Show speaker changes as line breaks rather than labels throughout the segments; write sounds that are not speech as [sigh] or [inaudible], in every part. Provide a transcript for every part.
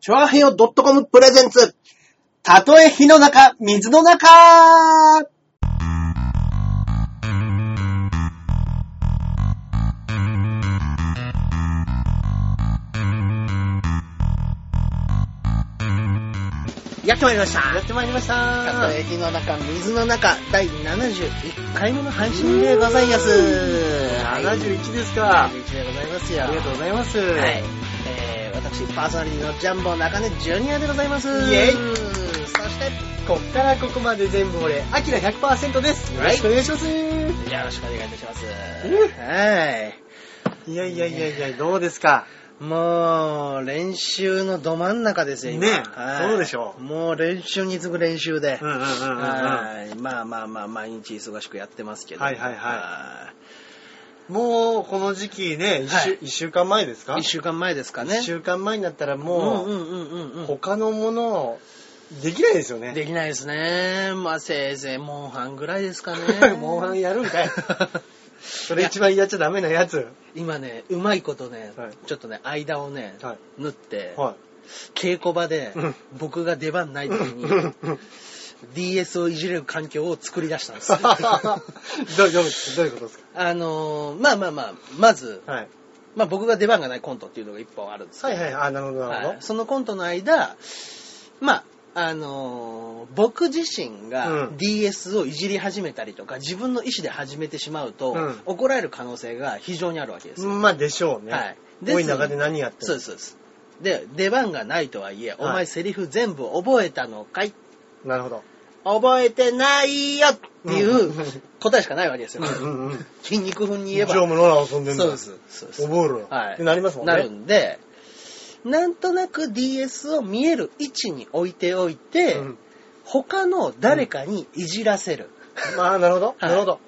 チョアヘヨ .com プレゼンツ。たとえ火の中、水の中やってまいりました。
やってまいりました
たとえ
ー。
火の中、水の中、第71回目の配信でございます。
71です
はい
か。
71でございますよ。
ありがとうございます。
はい。えー、私、パーソナリティのジャンボ中根ジュニアでございます。イ
ェイ
そして、
こっからここまで全部俺、アキラ100%です。よろしくお願いします。い
よろしくお願いいたします。
ん
はい。
やいやいやいや、どうですか。
もう、練習のど真ん中ですよ、今。
ね
はい
そうでしょう
もう練習に次ぐ練習で。
うんうんうんうんうん
はいまあまあまあ、毎日忙しくやってますけど。
はいはいはい
は
もう、この時期ね、一
はい
週一週間前ですか
い。一週間前ですかね。
一週間前になったら
もう、ん
も
うんうんう
う、
ん
他のもの、できないですよね。
できないですね。まあ、せいぜい、モンハンぐらいですかね。
モンハンやるんかいそれ一
番。
番やっちゃダメなやつ。
[laughs] 今ね、うまいことね、
はい
ちょっとね、間をね、
はい
縫って、
は
稽古場で、
うん。
僕が出番ない
[laughs]
い時に、DS をいじれる環境を作り出したんで
[laughs]
す。
どうどうどういうことです
あのーまあまあまあ、まず、
かはい。
まあ僕が出番がないコントっていうのが一本あるんです
はいはい、あ、なるほど、なる
はいそのコントの間、まあ、あのー僕自身が
うん
DS をいじり始めたりとか、自分の意思で始めてしまうと、
うん
怒られる可能性が非常にあるわけです
ほど。
よ。
まあ、でしょうね。
はい。
多い中で何やって
そう
る
です、そうです。で、出番がないとはいえ、お
は
前
い
セリフ全部覚えたのかい
なるほど。
覚えてないよっていう
うん
答えしかないわけですよ。
うん [laughs] うん。
筋肉風に言えば。
一応もローラー遊んでんだ。
そうで。す。そうです。
覚えろよ。
はい
ってなりますもんね。
なるんで、なんとなく DS を見える位置に置いておいて、
うん
他の誰かにいじらせる。
まあ、なるほど。
い
なるほど。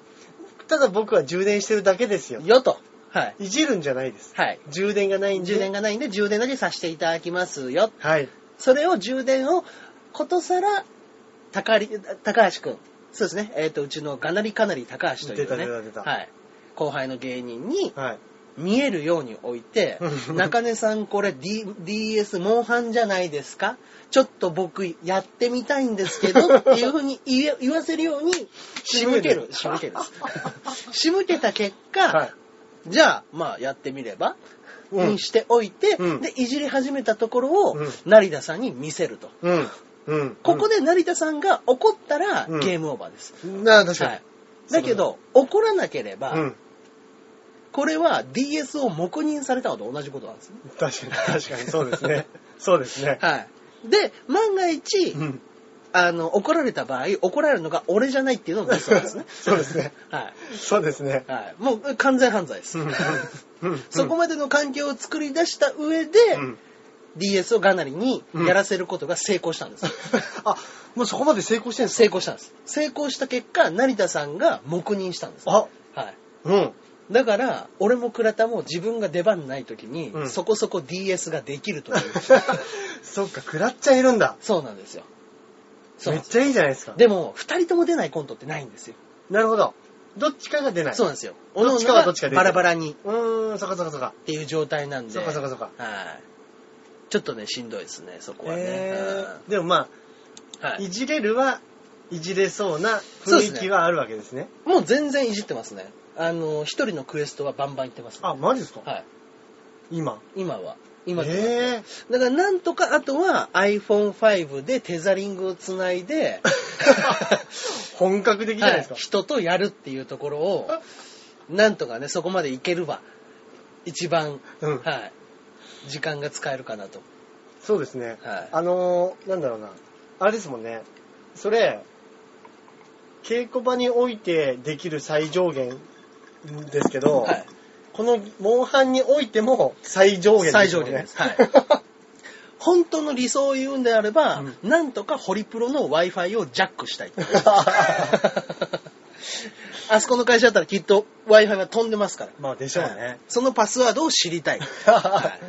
ただ僕は充電してるだけですよ。
よと。はい。
いじるんじゃないです。
はい。
充電がないんで。
充電がないんで、充電だけさせていただきますよ。
はい。
それを充電を、ことさら、高り高橋くん。そうですね。えっ、と、うちのがなりかなり高橋という、ね。
出た出た出た
はい。後輩の芸人に、
はい。、
見えるように置いて中根さんこれ、D、DS モンハンじゃないですかちょっと僕やってみたいんですけ
[laughs]
どっていうふうに言え言わせるように仕向ける。仕
仕
向
向
け
け
る
る
です。仕向けた結果、
[laughs] はい。
じゃあ、まあやってみれば、
うん
にしておいて、
うん
で、いじり始めたところを、
うん
成田さんに見せると。
うん。うん。
ここで成田さんが怒ったら、
うん
ゲームオーバーです。
うん。なあ、確かに。
はい。だけど、怒らなければ、
うん。
これは DS を黙認されたのと同じことなんですね。
確かに、確かに、そうですね。そうですね。
はい。で、万が一、
うん。。
あの、怒られた場合、怒られるのが俺じゃないっていうのもそうですね
[laughs] そうですね。
はい。
そうですね。
はい。もう完全犯罪です。 [laughs] そこまでの環境を作り出した上で、
うん
DS をがなりにやらせることが成功したん
[laughs]
です。
あ、もうそこまで成功してるんです
成功したんです。成功した結果、成田さんが黙認したんです。は
あ、
い。
うん。 [laughs]
だから、俺も倉田も自分が出番ない時に、
うん
そこそこ DS ができるという。
[laughs] そっか、食らっちゃいるんだ。
そうなんですよ。そう
め
なん
っ
です。
ちゃいいじゃないですか。
でも、二人とも出ないコントってないんですよ。
なるほど。どっちかが出ない。
そう
う。
なんですよ。
どっちかはどっちかで
各々がバラバラにっ
うーん、そっかそっかそっか。
ていう状態なんで。
そっかそっかそっか。
はい。ちょっとね、しんどいですね、そこはね。
えーでもま
うんは
あ、
い
いじれるは、いじれそうな雰囲気はあるわけですね。
もう全然いじってますね。あの、一人のクエストはバンバンいってます、
あ、マジですか
はい。 [laughs]
今。
今は。今となっては
え
だから、なんとか、あとは iPhone5 でテザリングをつないで、
[laughs] ー本格的じゃないですか
はい。人とやるっていうところを、なんとかね、そこまでいければ、一番、
うん
はい。時間が使えるかなと。
そうですね。
はい
あのー、なんだろうな。あれですもんね。それ、稽古場においてできる最上限ですけど、
はい。
このモンハンにおいても最上限
最
す
上
よね
限です。はい。本当の理想を言うんであれば、
う
なんとかホリプロの Wi-Fi をジャックしたい。
[laughs]
あそこの会社だったらきっと Wi-Fi は飛んでますから。
[laughs] まあでしょう
はい
ね。
そのパスワードを知りたい。はい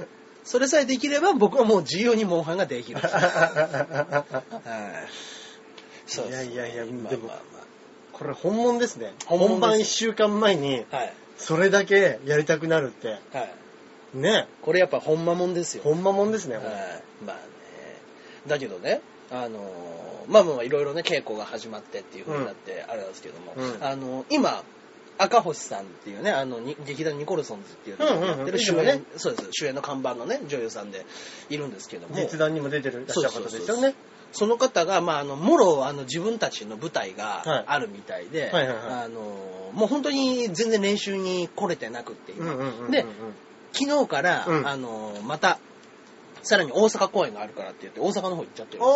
それさえできれば僕はもう自由にモンハンがで
[laughs]
きる。はいそうです
いやいやいや
まあ
でも
まあま
これ本物ですね。
本物です
本番1週間前に
あはい。
それだけやりたくなるって、
はい。
ね
これやっぱほんまもんですよ。
ほんまもんですね、
は
これ
い。まあね。だけどね、あのーまあまあいろいろね、稽古が始まってっていう風になって、あれなんですけども、
うん
あのー今、赤星さんっていうね、あの、に劇団ニコルソンズっていうの
うんうんうん
やってる主演、
いつもね
そうです、主演の看板のね、女優さんでいるんですけども、
実弾にも出てるらっしゃる方ですよね。
その方が、まあ、あの、もろ、あの、自分たちの舞台
はい
があるみたいで、
はいはいはい
あの、もう本当に全然練習に来れてなくって、
うん
今
うんうんうんうん
で、昨日から、
うん
あの、また、さらに大阪公演があるからって言って、大阪の方行っちゃってるんですよ。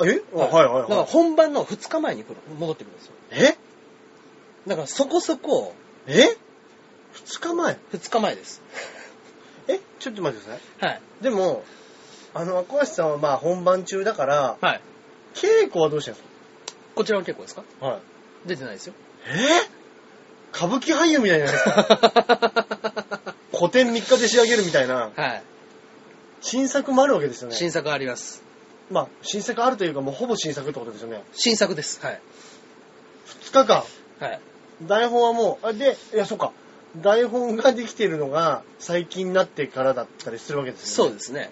あー、えあはいはい
だから
はい。
本番の2日前に来る、戻ってくるんですよ。
え
だからそこそこ、
え二日前
2日前です。
えちょっと待ってください。
はい。
でも、あの、赤橋さんはまあ本番中だから、
はい。
稽古はどうしてんです
こちらの稽古ですか
かはい。
出てない
[laughs]
ですよ。
え歌舞伎俳優 [laughs] みたいな。古典3日で仕上げるみたいな。
はい。
新作もあるわけですよね。
新作あります。
まあ、新作あるというか、もうほぼ新作ってことですよね。
新作です。はい。
2日間。
はい。
台本はもう、あで、いや、そうか。台本ができてるのが最近になってからだったりするわけです
そ
よ
う
ね。
ですね。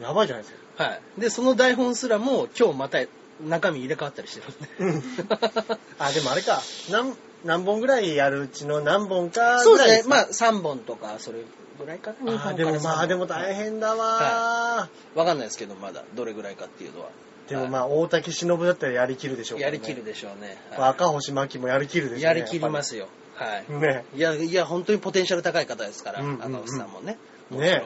そう。やばいじゃないですか。
はい。で、その台本すらも今日また中身入れ替わったりしてる [laughs] んで。
あ、でもあれか。何、何本ぐらいやるうちの何本か
そう
ぐらい
ですね。
か
まあ3本とか、それぐらいかな。
あーでもまあでも大
変。
変だわー、
わかんないですけど、まだどれぐらいかっていうのは。
でもまあ大竹しのぶだったらやりきるでしょうか
や
らね、
りきるでしょうね。は
赤星真希もやりきるでし
い、
ょう
やりきりますすよ。はい。
ね
いや、いや、本当にポテンシャル高い方ですから、
うんうんうん
赤星さんもね。もちろ
ね
んはいはいは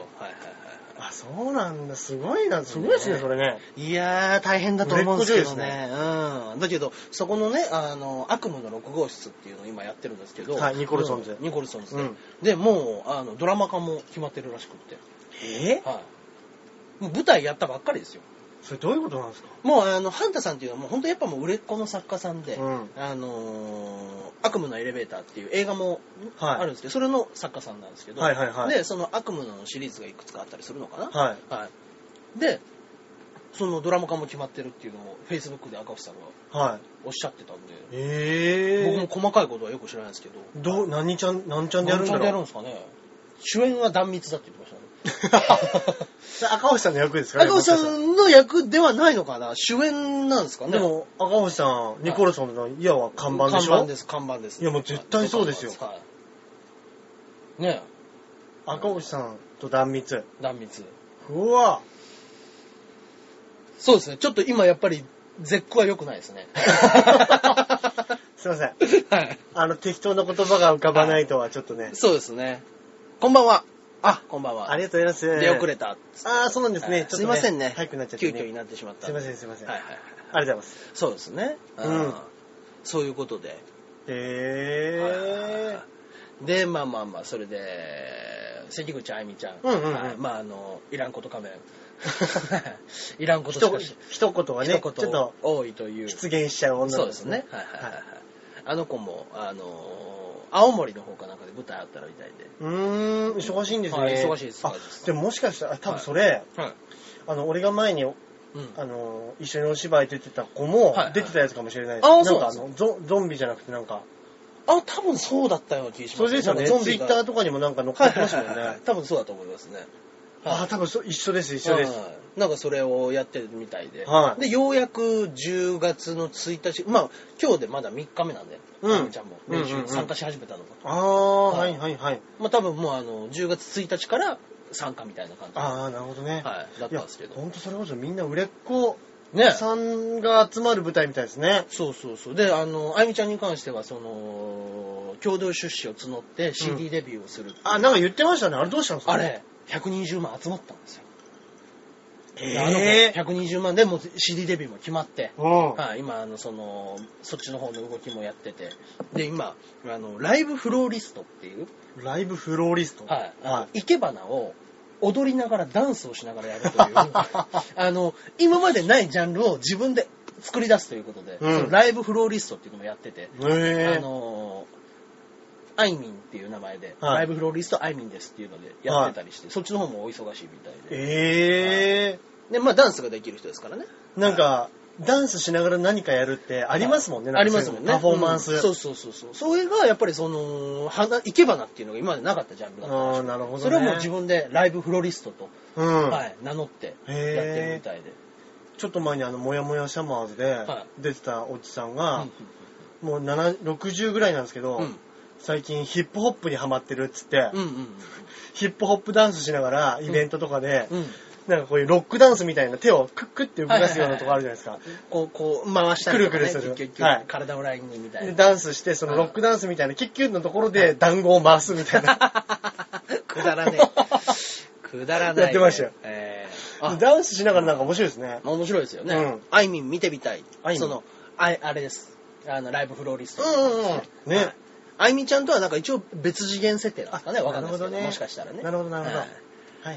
あそうなんだすごいなすごいですね
ね
それね
い。いやー、大変だと思うんですけど
売れ
ね。うん。だけど、そこのね、あの、悪夢の6号室っていうのを今やってるんですけど。
はいニコルソンズ
ニコルソンズ
う
で
ん。
で、もう、あの、ドラマ化も決まってるらしくって。
え
はい。もう舞台やったばっかりですよ。
それどういうことなんですか
もう、あの、ハンタさんっていうのはもう本当やっぱもう売れっ子の作家さんで、
うん
あのー悪夢のエレベーターっていう映画もあ
はい
るんですけど、それの作家さんなんですけど、
はいはいはい
で、その悪夢のシリーズがいくつかあったりするのかな、
はい
はいで、そのドラマ化も決まってるっていうのを、Facebook で赤星さんが
はい
おっしゃってたんで、僕
え
も細かいことはよく知らないですけど、
ー、どう何ちゃん何ちゃんでやる
何ちゃん
んだ
でやる
ろ
ん
う
ですかね。主演は断密だって言ってましたね。
[laughs] それ赤星さんの役ですかね
赤星さ
もしかし
んの役ではないのかな主演なんですかね
たらでも赤星さんニコルソンのいわは看板でしょ
看板です、看板です。
いやもう絶対そうですよ
はい。ね
赤星さんと断密
え、断密。
うわ
そうですね、ちょっと今やっぱり、絶句は良くないです
[laughs]
ね。
すいません
はい。
あの適当な言葉が浮かばないとはちょっとね
そうですね。こんばんは。あ、こんばんは。
ありがとうございます。
出遅れた。
ああ、そうなんですね。
はい
ちょっと
すいませんね。
早くなっちゃって、
急遽になってしまった。
すいません、すいません。
はい
あ
はいはい。
りがとうございます。
そうですね。
うん
そういうことで。
へ
で、まあまあまあ、それで、関口あゆみちゃん。
うんうんうん
はいまあ、あの、いらんこと仮
[laughs]
面。いらんこ
ー。
とし
一
か
言
し
一言はね、
一
ちょっ
言
と
多いという。
出現しちゃう女の子
そうですね。はいはいはいはい。あの子も、あのー、青森の方かなんかで舞台あったらみたいで。
うーん、忙しいんですね。
はい忙しいです
あ
忙しいです
でももしかしたら、多分それ、
はい。
あの、俺が前に、
うん。
あの、一緒にお芝居出てた子も
はいはい、
出てたやつかもしれない
あー
なんかあ
そう
の、ゾゾンビじゃなくてなんか、
あ、多分そうだったような気がします。
それですよね、
なんか
ツイッターとかにもなんか載っ
は
か
い
って
はい
ました
はい
もん
はいはい
ね。
[laughs] 多分そうだと思いますね。
ああ、多分そう一緒です、一緒です。
うんなんかそれをやってるみたいで。
はい
で、ようやく10月の1日、まあ、今日でまだ3日目なんで、
うん
あのちゃんも練
うんうん
習
うん
参加し始めたのが。
ああ、
は
はいいはいはい。
まあ多分もうあの、10月1日から参加みたいな感じ。
ああ、なるほどね。
はい。だったんですけど。
本当それこそみんな売れっ子
ね。
さんが集まる舞台みたいですね。
そうそうそう。で、あの、あゆみちゃんに関しては、その、共同出資を募って CD デビューをするっていう、
あ、なんか言ってましたね。あれどうしたんですか
あれ、120万集まったんですよ。であの
ええ
子120万でもう CD デビューも決まって、
うん。
はい、今、あの、その、そっちの方の動きもやってて、で、今、あの、ライブフローリストっていう、
ライブフローリスト。
はい、あの
は
生け花を踊りながらダンスをしながら
[laughs]
やるという、あの、今までないジャンルを自分で作り出すということで、
うん
そのライブフローリストっていうのもやってて、
い。へ
あ
え
のーあいみんっていう名前で、
はい
ライブフローリストあいみんですっていうのでやってたりして、そっちの方もお忙しいみたいで。
ええ
で、まあダンスができる人ですからね。
なんか、ダンスしながら何かやるってありますもんね、
ありますもんね。
パフォーマンス。
うんそうそうそうそう。それがやっぱりその、花、生け花っていうのが今までなかったジャンルだったらし
あ
く
あ、なるほど、ね。
それをもう自。分でライブフロリストと、
うん。
はい、名乗ってやってるみたいで。
ちょっと前にあの、もやもやシャマーズで
は
出てたおじさん
うん
が、もう7 60ぐらいなんですけど、
うん
最近ヒップホップにハマってるっつって、
うんうん
ヒップホップダンスしながらイベントとかで、
うん。うん
なんかこういうロックダンスみたいな手をクックって動かすようなとこあるじゃないですか。
こう、こう、回したりとか、ね、
くるくるする
キュッキュッキュッ
はい
体をラインにみたい
で
な。
ダンスして、そのロックダンスみたいな、キュッキュッのところで団子を回すみたいな。
[laughs] くだ
[laughs]
らねえ。くだらない、ね。
やってましたよ
ええあ、
ダンスしながらなんか面白いですね。
まあ面白いですよね。
うん
あいみん見てみたい。
あいみん
その、あいあれです。あの、ライブフローリスト。
うん。ね。
あいみちゃんとはなんか一応別次元設定なんですかね。わかんないですけど、
なるほどね
もしかしたらね。
なるほどなるほど
はい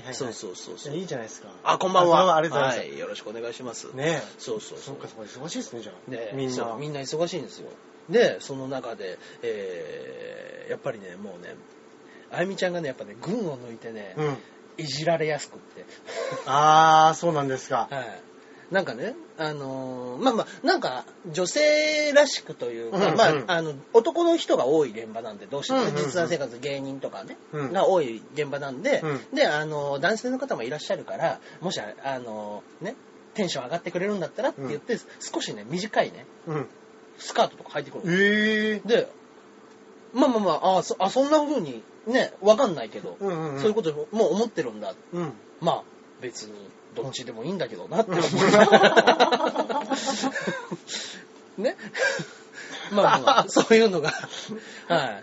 はいはい。
そうそうそうそう。
いいじゃないですか。
あ、こんばんは。
ありがとうござい
はい。よろしくお願いします。
ます。ね
そうそうそ
そうっ。かそっか、忙しいですね、じゃあ。
ね、
みん
そう
な。
みんな忙しいんですよでその中で、えーやっぱりねもうねあゆみちゃんがねやっぱね群を抜いてね、
うん。
いじられやすくって、
あー、そうなんですか。
はい、なんかねあのーまあまあなんか女性らしくというか、
うんうん
まあ、あの男の人が多い現場なんでどうしても、
うんうんうん
実談生活芸人とかね、
うん
が多い現場なんで、
う
であのー男性の方もいらっしゃるからもしああのーねテンション上がってくれるんだったらって言って、少しね短いね
うん。
スカートとか履いてくるの
えー。
で、まあまあまあ、あそあそんな風にね、わかんないけど、
うんうんうん。
そういうこともう思ってるんだ。
うん。
まあ、別にどっちでもいいんだけどな
[laughs]
って思う。ね。まあまあ、そういうのが、はい。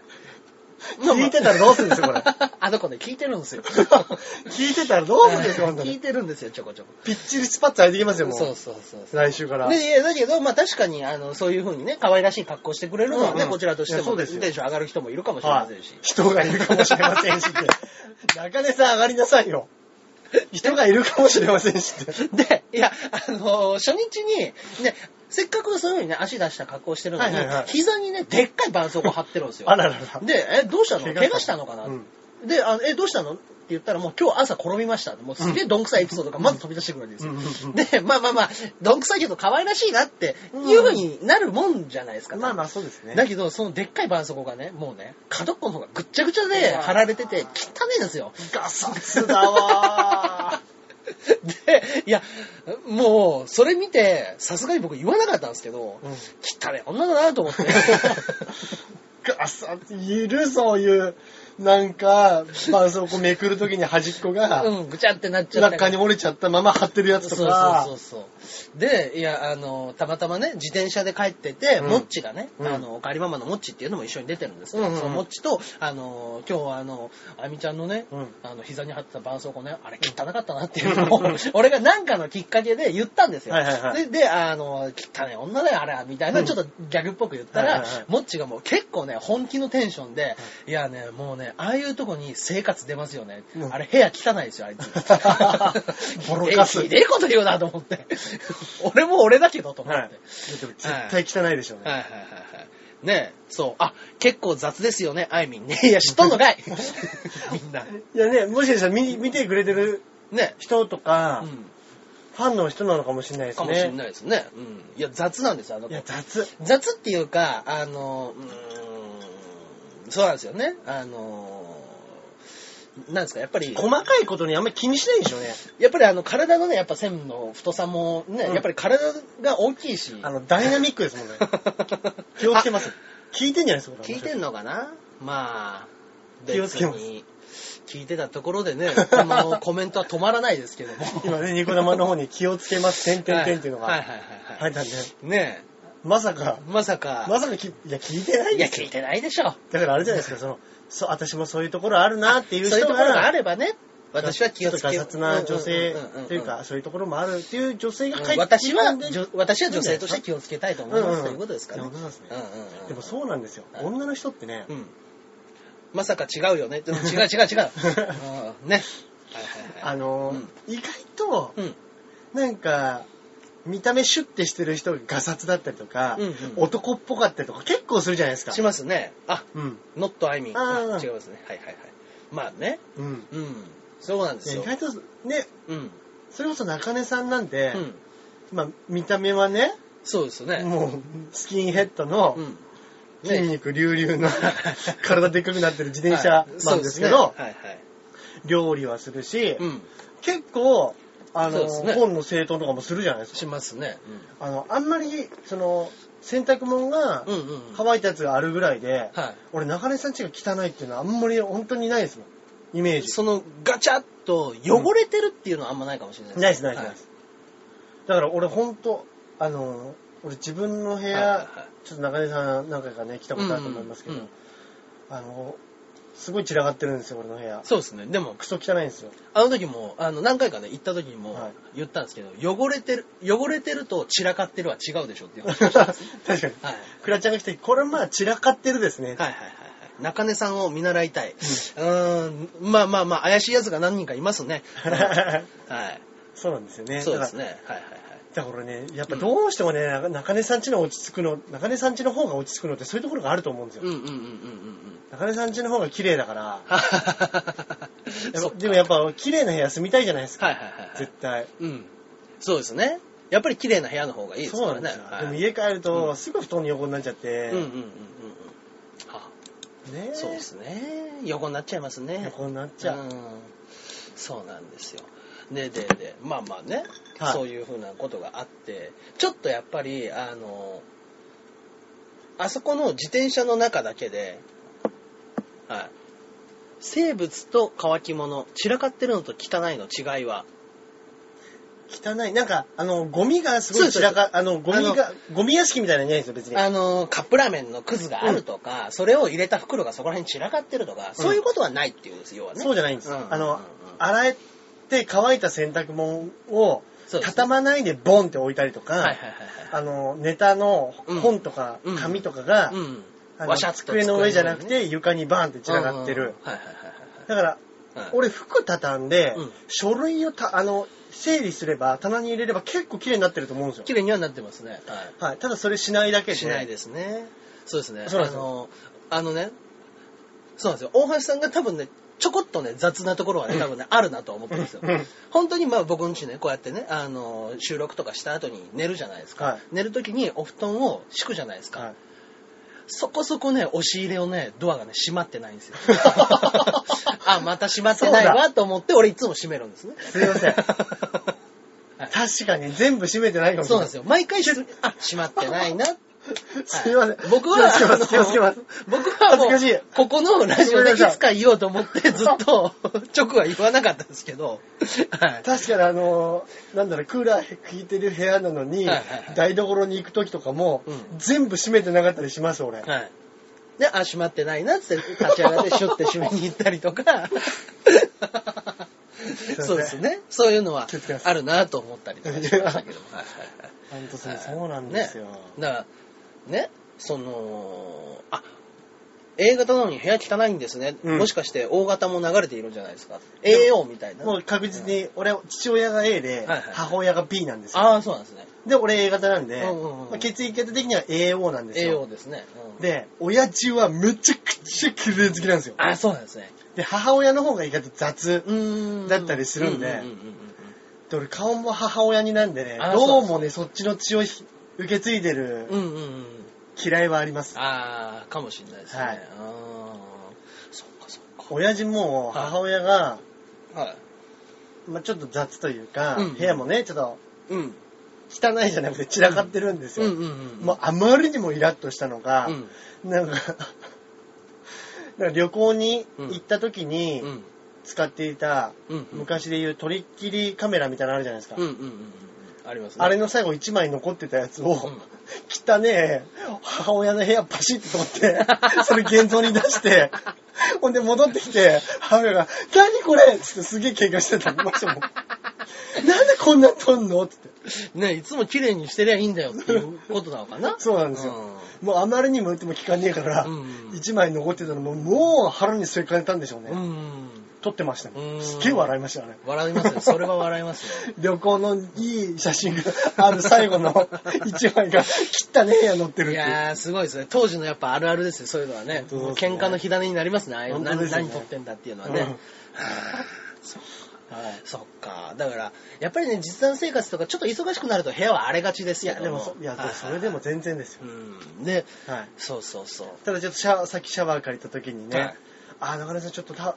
聞いてたらどうするんですよ、
[laughs]
これ。
あの子ね、聞いてるんですよ。
聞いてたらどうするんですよ、
は
ほ
い
んと
聞
に
い。てるんですよ、ちょこちょこ。
ぴっちりスパッツ開いてきますよ、も
そう
う。
そうそうそう。
来週から。
でいやだけど、まあ、確かにあのそういう風にね可愛らしい格好してくれるのはね、
うんうん
こちらとして
いやそ
も
う
テ
で
ン
す
シ
よ
ョン上がる人もいるかもしれま
は
せんし
い。、人がいるかもしれませんしって。中根さん上がりなさいよ。人がいるかもしれませんしって。
[laughs] でいやあのー初日にねせっかくそういう風にね足出した格好してるのに、
はいはいはい
膝にねでっかい絆創膏貼ってるんですよ
あららら。
でえどうしたの怪我したのかな、
うん
であのえどうしたのって言ったらもう今日朝転びましたもうすげえどんくさいエピソードがまず飛び出してくるんですよ、
うんうんうん
でまあまあまあどんくさいけど可愛らしいなっていう風になるもんじゃないですか、
まあまあそうですね。
だけど、そのでっかい絆創膏がね、もうね、角っこの方がぐっちゃぐちゃで貼られてて、汚いんですよ。
ガサツだわ
で、いや、もう、それ見て、さすがに僕言わなかったんですけど、 [laughs]
ー。
汚い女だなと思
[laughs]
って。
ガサツ、いるそういう、なんか、絆創膏めくるときに端っこが、
うん、ぐちゃってなっちゃっ
中
た。
に折れちゃったまま貼ってるやつ
そう
と
そう
か。
そうそう。で、いや、あの、たまたまね、自転車で帰ってて、
うん
モッチがね、
うん
あの、おかえりママのモッチっていうのも一緒に出てるんですけど、
うんうんうん
そのモッチと、あの、今日はあの、あみちゃんのね、
うん
あの、膝に貼ってた絆創膏ね、あれ汚かったなっていうの
[laughs]
を、俺がなんかのきっかけで言ったんですよ。
はいはいはい
でで、あの、汚い女だよ、あれは、みたいな、
うん
ちょっとギャグっぽく言ったら、
はいはいはい
モッチがもう結構ね、本気のテンションで、いやね、もうね、ああいうとこに生活出ますよね。
うん
あれ部屋汚いですよ、あいつ。
[laughs]
[laughs]
ボロカス
えひでえこと言うなと思って。 [laughs] 俺も俺だけどと思って。
はい。でも絶対汚いでしょうね。
はいはいはいはい。ねえ、そう。あ、結構雑ですよね、あいみ
[laughs]
んね。いや、知っとんのかい [laughs] みんな。
いやね、もしかしたら見見てくれてる
ね。
人とか、
う
ファンの人なのかもしれないで
ん。
す
か
ね。
もしれないですね。うん。いや、雑なんですよ、あの
い
子
や、雑。
雑っていうか、あの、うーん、そうなんですよね。あの、なんですか、やっぱり、
細かいことにあんまり気にしないんでしょうね。
やっぱりあの、体のね、やっぱ線の太さもね、
うん
やっぱり体が大きいし。
あの、ダイナミックですもんね。気をつけます。聞いてんじゃないですか、これ
聞いてんのかなまあ、
気をつけます
別に聞いてたところでね、このコメントは止まらないですけ
[laughs]
ども。
今ね、ニコ生の方に気をつけます、てんてんてんっていうの
はい
が
はいはいは
入っ
い。
たんで、
ね
ま
え
さか、、
まさか、
まさかき、いや、聞いてない
いや
です
聞
よ
い。てないでしょ。
だからあれじゃないですか、その、そう、私もそういうところあるなっていう
そういう
人
ところがあ
が、
ればね、私は気をつけ
ちょっとガサツな女性というか、そういうところもあるっていう女性が
うん
帰って
私
きた
は
んで、
女私は女性として気をつけたいと思います、
うんうん
ということですから
そういうことですね
うんうんうん
でもそうなんですよ。女の人ってね
う、んまさか違うよね。でも
[laughs]
違う違う違う。うんね。はいは
あ
いはい。
のー、意外と、
うん。
なんか、見た目シュッてしてる人がガサツだったりとか、
うんうん
男っぽかったりとか結構するじゃないですか
し。ますね。あ、
うん。
not I mean.
あ
あ
ー
違いますね。はいはいはい。まあね。
うん。
うん。そうなんです
意
よ。
外と、ね、
うん。
それこそ中根さんなんて、
うん。
まあ、見た目はね、
そうですよね。
もう、スキンヘッドの
うん。
筋肉隆々な、 [laughs] 体でっかくなってる自転
は
車
い
なんですけど
そう、ねはいはい。
料理はするし、
うん。
結構、あ
そうで
の、
すね
本の整頓とかもするじゃないです
し
か。
ますね。
あの、あんまり、その、洗濯物が
うん。うんうん。は
乾いたやつがあるぐらいで、
い。
俺、中根さん家が汚いっていうのはあんまり本当にないですもん。イメージ。
そのガチャッと汚れてるっていうのはあんまないかもしれない
ないです、ないです、
は
ないです。だから俺、本当あの、俺自分の部
はいはいはい
屋、ちょっと中根さん何回かね、来たことあると思いますけど
うんうん、
あの、すごい散らかってるんですよ、俺の部屋。
そうですね。でも、
クソ汚いん
[laughs]
ですよ。
あの時も、あの、何回かね、行った時にも
はい
言ったんですけど、汚れてる、汚れてると散らかってるは違うでしょっていう話を
確
したん
か
です。
に。
はい。
クラちゃんが来て、これまあ散らかってるですね。
は
[laughs]
いはいはいはい。中根さんを見習いたい。うーん、まあまあまあ、怪しい奴が何人かいます [laughs] ね。はい。
そうなんですよね。
そうですね。はいはいはい。
だから。だからね、やっぱどうしてもね、中中根さん家の落ち着くの、中根さん家の方が落ち着くのってそういうところがあると思うんですよ。
うんうんうんうんうんうん。
中根さん家の方が綺麗だから、やっ
[laughs] そ
ぱ
う
でもやっぱ綺麗な部屋住みたいじゃないですか。
はいはいはいはい。
絶対。
うん。そうですね。やっぱり綺麗な部屋の方がいいです
そう
から
なんで
ね
すよ。。
はい
でも家帰ると、すぐ布団に横になっちゃって、
うんうんうんうんうん。は
ね
そうですね。横になっちゃいますね。
横になっちゃう。
うん。そうなんですよ。で、で、で、まあまあね、
はい
そういうふうなことがあって、ちょっとやっぱり、あの、あそこの自転車の中だけで、はい。生物と乾き物、散らかってるのと汚いの違いは、
汚い。なんか、あの、ゴミがすごい散らか、あの、ゴミが、ゴミ屋敷みたいなのないんですよ、別に。
あの、カップラーメンのクズがあるとか、それを入れた袋がそこら辺散らかってるとか、そういうことはないっていうんです、要はね。
そうじゃないんです。
うんうんうんうん
あの、洗えて乾いた洗濯物を
そうです
畳まないでボンって置いたりとか、
はいはいはいは
あの、ネタの
うん
本とか
うん
紙とかが、
い。うん。
あの
わしゃっと
机の上じゃなく
机の
て床にバーンって散らかってる。
うんうんうんはいはいはい
だから、
はいはい。
俺服畳んで、
うん
書類をたあの整理すれば、棚に入れれば結構綺麗になってると思うんですよ。
綺麗にはなってますね。は
はい、ただそれしないだけ
い。
で。
しないですね。そうですね。
そうなんで
あ
すよ
の、あのね、そうなんですよ。大橋さんが多分ね、ちょこっとね、雑なところはね、多分ね、あるなと思ってるんですよ
うん。
本当にまあ僕ん家ね、こうやってね、あの、収録とかした後に寝るじゃないですか。
はい
寝る時にお布団を敷くじゃないですか。
はい。
そこそこね、押し入れをね、ドアがね、閉まってないんです
[laughs]
よ。あ、また閉まってないわと思って、俺いつも閉めるんですね。
すいま
[laughs]
せん
はい
確かに全部閉めてないかもし
そう
れ
な
なんい。 [laughs]
ですよ。毎回し、あ、閉まってないな。
すいません。
僕は、
気をつけます、気をつけま
あ
す。
の僕はもう
恥ずかしい
ここのラジオでい
ごめんなさい
つか言おうと思って、ずっと、 [laughs] 直は言わなかったんですけど、はい。
確かにあのーなんだろう、クーラー効いてる部屋なのに、
はいはいはい
台所に行く時とかも、
うん
全部閉めてなかったりします、俺。
はい。で、あ、閉まってないなっつって立ち上がってシュッて閉めに行ったりとか。 [laughs] そうですね。そういうのは
気をつけます
あるなと思ったりとかし
[laughs]
ましたけども。はいはいはい
本当そ
は
う
い
そうなんですよ。
ね、だから、ね、その、あ、A 型なのに部屋汚いんですね。
うん
もしかして O 型も流れているんじゃないですか。AO みたいな。
もう確実に、俺、父親が A で、
はいはい
母親が B なんですよ。
ああ、そうなんですね。
で、俺 A 型なんで、
うんうんうん
まあ血液型的には AO なんですよ。
AO ですね。うん、
で、親父はめちゃくちゃ綺麗好きなんですよ。
ああ、そうなんですね。
で、母親の方が意外と雑。
うーん。
だったりするんで
ううううん
で、俺顔も母親になんでね
あ、
どうもね、そっちの血をひ受け継いでる
うんうんうんうんうんうん。
嫌いはあります。
ああ、かもしれないですね。
はい
あーそっかそっ
親父も母親が、
か。はい。
まあちょっと雑というか、
うん
部屋もね、ちょっと
うん。
汚いじゃなくて散らかってるんです
うん
よ。
うんうん。
もうあまりにもイラッとしたのが、
うん。
なんか、 [laughs] なんか旅行に行った時に
うん。
使っていた、
うん。うん。
昔でいう取り切りカメラみたいなのあるじゃないですか。
うんうんうんうん。ありますね。
あれの最後1枚残ってたやつ
う
を、
ん
汚ねえ、母親の部屋パシッと取って、それ現像に出して、ほんで戻ってきて、母親が、何これっつってすげえ喧嘩してた。ましたもん。なんでこんな撮んのっつって。
ね、いつも綺麗にしてりゃいいんだよっていうことなのかな
そうなんですよ。もうあまりにも言っても聞かねえから
うんうん、
一、枚残ってたのも、もう腹に据えかれたんでしょうね。
うん。うん。
撮ってましたも
うん
ん。すっげえ笑いましたよね。
笑いますよ。それは笑い
[laughs]
ますよ。
旅行のいい写真がある最後の一
[laughs]
枚が、汚ねえや乗ってるっ
い
ていう。
やー、すごいですね。当時のやっぱあるあるですよ、そういうのはね。
本当そうですね
喧嘩の火種になりますね、ああいうの
本当で
何
すよね
[laughs] 何撮ってんだっていうのはね。
うん
はあそうか
はい
そっか。だから、やっぱりね、実弾生活とか、ちょっと忙しくなると部屋は荒れがちですけ
いや、
ど
でもそ、いや、でもそれでも。
は
全然です
い
よ。
うん。で、
はい。
そうそうそう。
ただちょっとシャワー、さっきシャワー借りた時にね、
はい
あ、中根さんちょっとタ、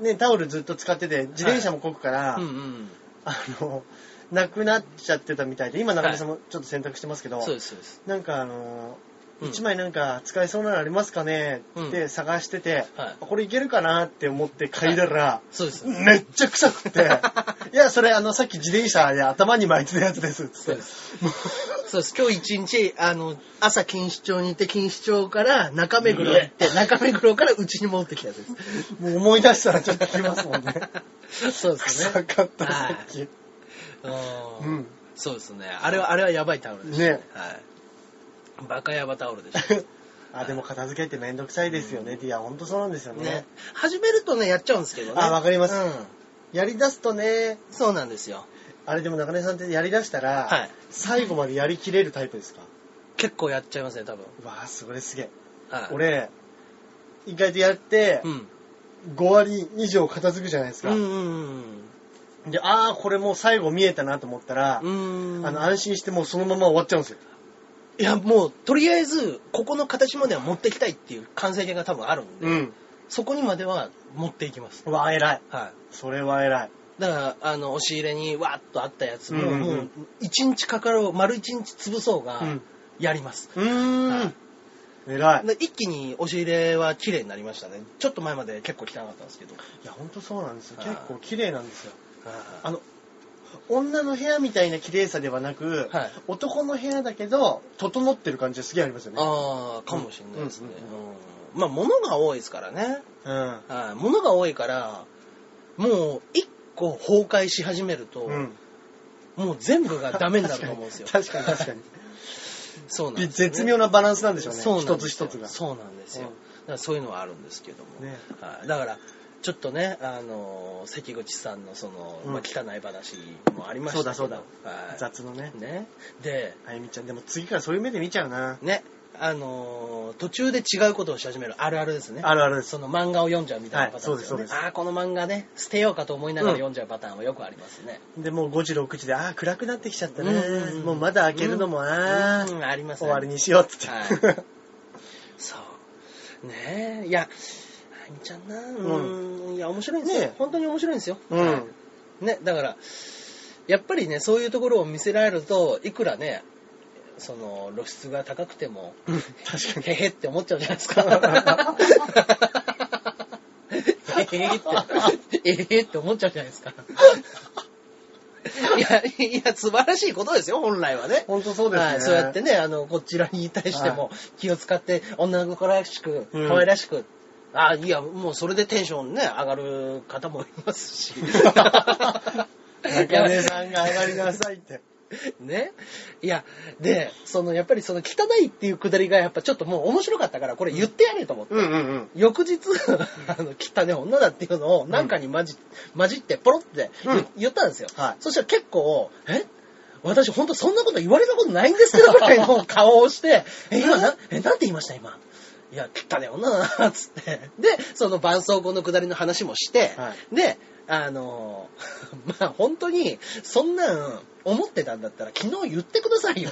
ね、タオルずっと使ってて、自転車もこくから、
うんうん。
あの、なくなっちゃってたみたいで、今中根さんもちょっと洗濯してますけど、
そうです、そうです。
なんかあの、
うん
一枚なんか使えそうなのありますかね
うん
って探してて、
はい
これいけるかなって思って嗅いだら、
そうです。
めっちゃ臭
[laughs]
くて、いや、それあの、さっき自転車で頭に巻いてたやつです、つ
そう
っ
で。
て
す。そうです。今日一日、あの、朝錦糸町に行って、錦糸町から中目黒行って、中目黒からうちに戻ってきたやつ
[laughs]
です。
もう思い出したらちょっと来ますもんね。
そうですね
臭。かった、
は
さ
い
っき。
う
うん
ん。そうですね。あれは、あれはやばいタオルでした
ね
はい。バカヤバタオルでした。
[laughs] あ、でも片付けってめんどくさいですよね。いや、ほんとそうなんですよね。
ね。始めるとね、やっちゃうんですけどね。
あわかります
うん。
やり出すとね、
そうなんですよ。
あれでも中根さんってやり出したら、
はい
最後までやりきれるタイプですか
結構やっちゃいますね、多分。
うわぁ、すごいすげえ。
はい。
俺、意外とやって
う、ん。
5割以上片付くじゃないです
う
か。
んうん
で、あー、これもう最後見えたなと思ったら、
うん。うん。
あの、安心してもうそのまま終わっちゃうんですよ。
いや、もう、とりあえず、ここの形までは持ってきたいっていう完成形が多分あるんで、
うん。
そこにまでは持っていきます。
うわぁ、偉い。
は
それは偉い。
い。だから、あの、押し入れにわーっとあったやつも、
うんうんう
も
ん
う、一日かかろう、丸一日潰そうが、
うん。
やります。
うー
は
ん。偉い。
で一気に押し入れは綺麗になりましたね。ちょっと前まで結構汚かったんですけど。
いや、ほんとそうなんですよ。
はい
結構綺麗なんですよ。
は
あの、女の部屋みたいな綺麗さではなく、
はい
男の部屋だけど、整ってる感じがすげえありますよ
い
ね。
ああ、かもしれないですね。
う
うんまあ、物が多いですからね。
うん。
はい、物が多いから、もう一個崩壊し始めると、
うん。
もう全部がダメになると思うんですよ。
確かに確かに。
[laughs] そうなん
び
ですよね、
絶妙なバランスなんでしょうね。
そうなん
一
で
つ
すよ
一つが。
そうなんですよ。
うん
だからそういうのはあるんですけども。
ね
はい、だから、ちょっとね、あのー関口さんのその、
うん
まあ、汚い話もありましたけど。
そうだそうだ
はい、
雑のね。
ね。で、
あゆみちゃん、でも次からそういう目で見ちゃうな。
ね、あのー途中で違うことをし始めるあるあるですね。
あるあるです。
その漫画を読んじゃうみたいなパターンですよね。
はいそうですそうです
ああ、この漫画ね、捨てようかと思いながら
うん
読んじゃうパターンはよくありますね。
で、もう5時、6時で、あー暗くなってきちゃったね
うんうんうん。
もうまだ開けるのも、あ
う
ー
ん、あります
終
ね
わりにしようっつって。
はそう。ねえ、いや、あいみちゃんな、うーん、いや、面白いんですよ。
ねえ
本当に面白いんですよ。
[laughs] うん
はいね、だから、やっぱりね、そういうところを見せられると、いくらね、その露出が高くても、
うん確かに。
へへって思っちゃうじゃないです
[laughs]
か。えへへって、えへへって思っちゃうじゃないですか。いや、いや、素晴らしいことですよ、本来はね。
ほんとそうですね。
はい、そうやってね、あの、こちらに対しても
は
気を使って、女の子らしく、
うん
可愛らしく、あいや、もうそれでテンションね、上がる方もいますし。
中根さんが上がりなさいって。
[laughs] ね。いや、で、その、やっぱりその汚いっていうくだりが、やっぱちょっともう面白かったから、これ言ってやれと思って。
うんうんうん。
翌日、 [laughs] あの、汚ね女だっていうのを、なんかに混じ、混じって、ポロって言,、
うん
ったんですよ。
はい
そしたら結構、え私本当そんなこと言われたことないんですけど、みたい
[laughs]
な顔をして、え、今な、え、なんて言いました今。いや、汚ね女だな、つって。で、その絆創膏のくだりの話もして、
は
で、あの [laughs] ーまあ本当に、そんなん思ってたんだったら昨日言ってください
[laughs]
よ。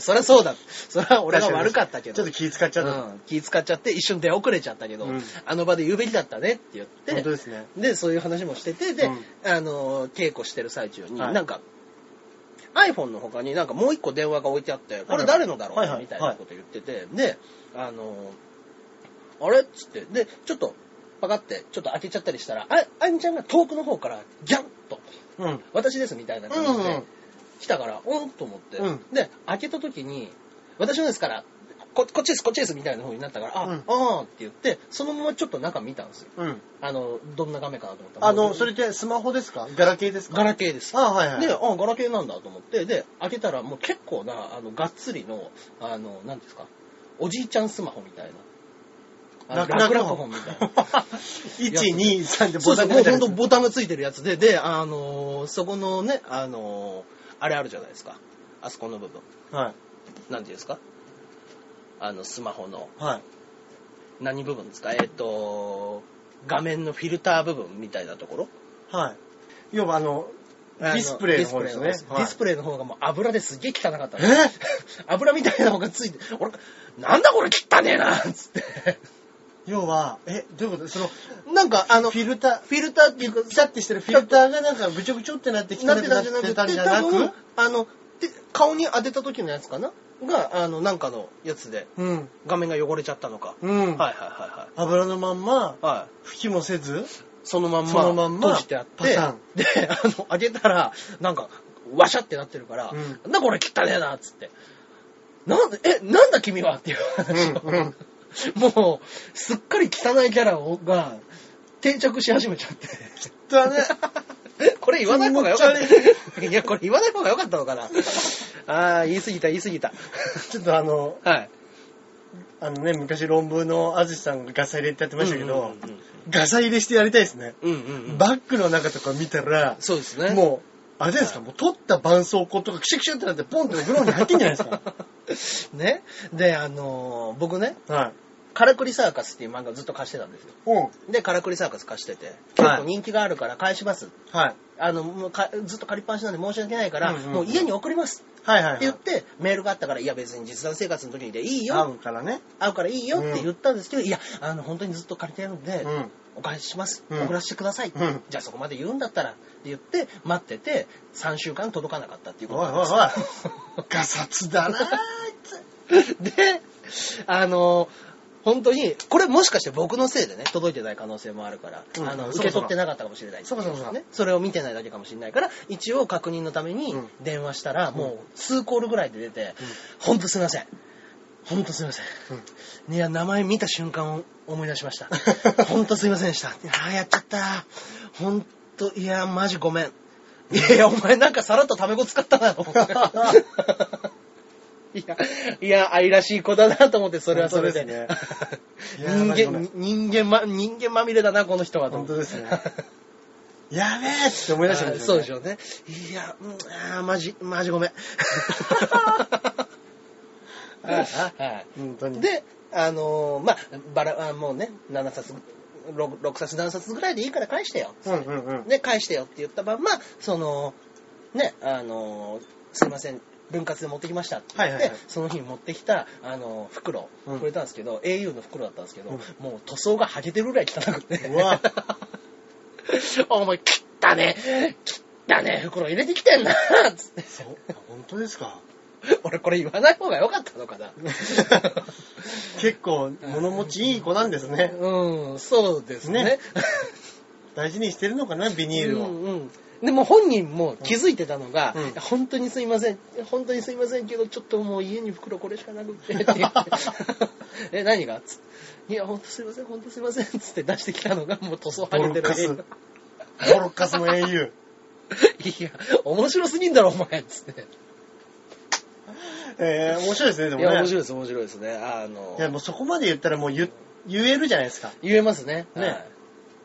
そりゃそうだ。そりゃ俺が悪かったけど。
ちょっと気使っちゃった。
うん、気使っちゃって一瞬出遅れちゃったけど、
うん
あの場で言うべきだったねって言って
本当ですね。
でそういう話もしててで、
うん
あの稽古してる最中に、
はい
なんか iPhone の他になんかもう一個電話が置いてあってこれ誰のだろう、
はいはい
みたいなこと言ってて、であのあれっつってでちょっとパカってちょっと開けちゃったりしたらああゆみちゃんが遠くの方からギャンと
うん。
私ですみたいな感じで来たから、うんと思って、
うん
で、開けた時に、私のですから、ここっちです、こっちですみたいな風になったから、あ、
うん
あーって言って、そのままちょっと中見たんですよ。
うん。
あの、どんな画面かなと思ったら
あ
も
の、
う
それってスマホですかガラケーですか
ガラケーです。
あ、はいはい。
で、あ、ガラケーなんだと思って、で、開けたらもう結構な、あの、がっつりの、あの、なんですか、おじいちゃんスマホみたいな。あの楽
楽々
々本みたい
[laughs]
な。
1、2、3で
そ
ボ
うそ
タ
う、
ンが
も
出
う
て
ほ
る
んとボタンがついてるやつで、で、あのーそこのね、あのーあれあるじゃないですか。あそこの部分。
はい。
なんていうんですかあの、スマホの、
はい。
何部分ですかえっ、と、画面のフィルター部分みたいなところ
はい。要はあの、ディスプレイの方ですね
ディスプレイの方
は
ディスプレイの方
い
がもう油ですげえ汚かったの
えー
油みたいなのがついて、俺、なんだこれ汚ねえなっつって。
要は、え、どういうことその、
なんか、あの、
フ
フ
ィルタ
ィルターっていうか、
ー、ピタってしてるフィルターがなんかぐちょぐちょってなってき
な
た
ってた
なくなん
じゃな
って
く
たん
て、
じゃ
多
な
分
く、
あの、で顔に当てた時のやつかなが、あの、なんかのやつで、
うん。
画面が汚れちゃったのか。
うん。
はいはいはい
油のまんま、
はい。はい。
拭きもせず、
そのまんま、
そのまんま
閉じてあって、
パタ
で、あの、開けたら、なんか、ワシャってなってるから、
うん
なんだこれ汚ねえなっつって。なんで、え、なんだ君はっていう話を。
うん
もう、すっかり汚いキャラをが、定着し始めちゃ
[laughs]
って。
だ
[laughs]
ね。
これ言わない方がよかっ
気持ち
た。いや、これ言わない方がよかったのかな。ああ、言い過ぎた、言い過ぎた。
ちょっとあの、
はい。
あのね、昔論文のあずさんがガサ入れってやってましたけど、
うんうん
ガサ入れしてやりたいですね。
うんうんうんうん。
バッグの中とか見たら、
そうですね。
もう、あれじゃないですか、もう取った絆創膏とかクシュクシュってなって、ポンってお風呂に入ってんじゃない
[laughs]
ですか。
う。ね。で、あのー僕ね、
はい。
カラクリサーカスっていう漫画をずっと貸してたんですよ。
うん。
で、カラクリサーカス貸してて、結構人気があるから返します。
はい。
あの、もうかずっと借りっぱなしなんで申し訳ないから、
うんうんうん
もう家に送ります
はいはい、
っ
は
て言っ
い。
て、メールがあったから、いや別に実弾生活の時にでいいよ
合うからね。
会うからいいよって言ったんですけど、いや、あの、本当にずっと借りてるんで、
うん。
お返しします。
うん
送らせてください。
うん
じゃあそこまで言うんだったら、って言って、待ってて、3週間届かなかったっていうこと
おい
なん
お
で
い
す
おい。
[laughs]
ガサツだなあいつ
で、あの、本当に、これもしかして僕のせいでね、届いてない可能性もあるから、
うん
あの、受
そうそう
け取ってなかったかもしれないっていうね
そうそうそう
それを見てないだけかもしれないから、一応確認のために
うん
電話したら、もう数コールぐらいで出て
うん、
ほんとすいません。ほんとすいません。いや、名前見た瞬間を思い出しま
[laughs]
した。ほんとすいませんでした。ああ、やっちゃった。ほんと、いや、マジごめん。いやいや、お前なんかさらっとタメ語使ったなと思
[laughs]
って。いや、いや、愛らしい子だなと思って、それはそれで。
本すね
[laughs]
いや
人
マジごめ
間
ん、
人間ま、人間まみれだな、この人はと思って。
本当です
[laughs]
ねやべえって思い出したんです
あーそ
よ、
う
ね。
でしょうね。いや、うん、あーマジ、マジごめ
[laughs]
ん。はい
本当に。
で、あのーまあ、バラ、あもうね、7冊、6, 6冊、7冊ぐらいでいいから返してよ。
うんうんうん。
で、返してよって言ったまんま、その、ね、あのーすいません、分割で持ってきましたって言って、
はいはいはい
その日に持ってきた、あのー袋、
うん
くれたんですけど、au の袋だったんですけど、
うん
もう塗装が剥げてるぐらい汚くて。
うわ
[laughs] お前、切ったね、切ったね、袋入れてきてんな、つって。
そう。本当で
[laughs]
すか。
俺これ言わない方が良かったのかな。
結構、物持ちいい子なんです [laughs] ね。
うん、そうですね。
ね大事にしてるのかな、ビニール
うん
を。
うん。でも本人も気づいてたのが、
うん
本当にすいません、本当にすいませんけど、ちょっともう家に袋これしかなく
[laughs]
て、って [laughs] 言ってえ、何がつっていや、本当すいません、本当すいません、つって出してきたのが、もう塗装
ボ
剥
ロ
げ
ッカ
て
ス。
る。
ボロッカスの英雄。
[laughs] いや、面白すぎんだろ、お前、つって。
えー、面白いですね、で
い
も
や、面
ね。
白いです、面白いですね。あの
いや、もうそこまで言ったらもう言言えるじゃないですか。
言えますね。
ね
はい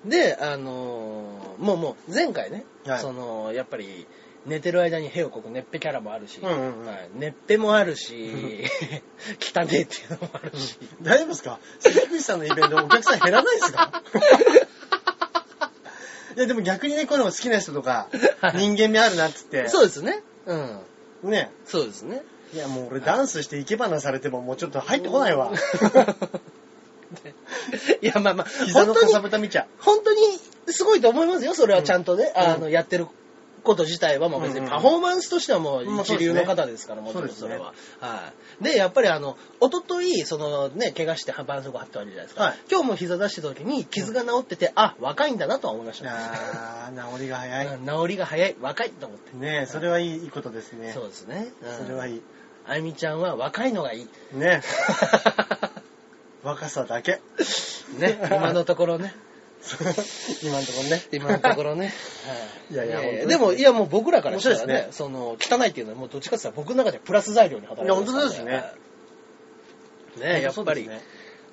で、あのーもうもう前回ね、
はい
そのやっぱり寝てる間にヘをこくねっぺキャラもあるし、
うんうんうん
はいねっぺもあるし、 [laughs] 汚ねえっていうのもあるし、
大丈夫ですか関口さんのイベントお客さん減らないで
[laughs]
すかいや、でも逆にね、こういうのが好きな人とか、人間味あるなってって。
そうですね。うん。
ね。
そうですね。
いや、もう俺ダンスして生け花されてももうちょっと入ってこな
[laughs]
い [laughs] わ。
いや、まあまあ、
膝
本
の
当
か
に
さ、ぶた
[laughs]
見ちゃう。
本当にすごいと思いますよ、それはちゃんとね、
うん
あの、やってること自体はもう別
うん
に
うん
パフォーマンスとしてはもう
まあ
一流の方ですから、もち
そう
ろ
で
ん
す
そ
ね
れは。はい。で、やっぱりあの、一昨日そのね、怪我して絆創膏貼ったわけじゃないですか。
はい
今日も膝出した時に傷が治ってて、あ、若いんだなとは思いました。
あー、治りが早い。
うん治りが早い、若いと思って。
ねえ、それはいいいいことですね。
そうですね。うん
それはいい。
あゆみちゃんは若いのが
[laughs]
いい。
ねえ、若さだけ。
ね、今のところね。
今のところね。
[laughs] 今のところね。
いやい
ええ
や本当ですね
でも、いやもう僕らからしたら
面白い
ね、
で
その、汚いっていうのはもうどっちかって言ったら僕の中ではプラス材料に働いてますから
いや本当ですね
はいねやっぱり、
そうですね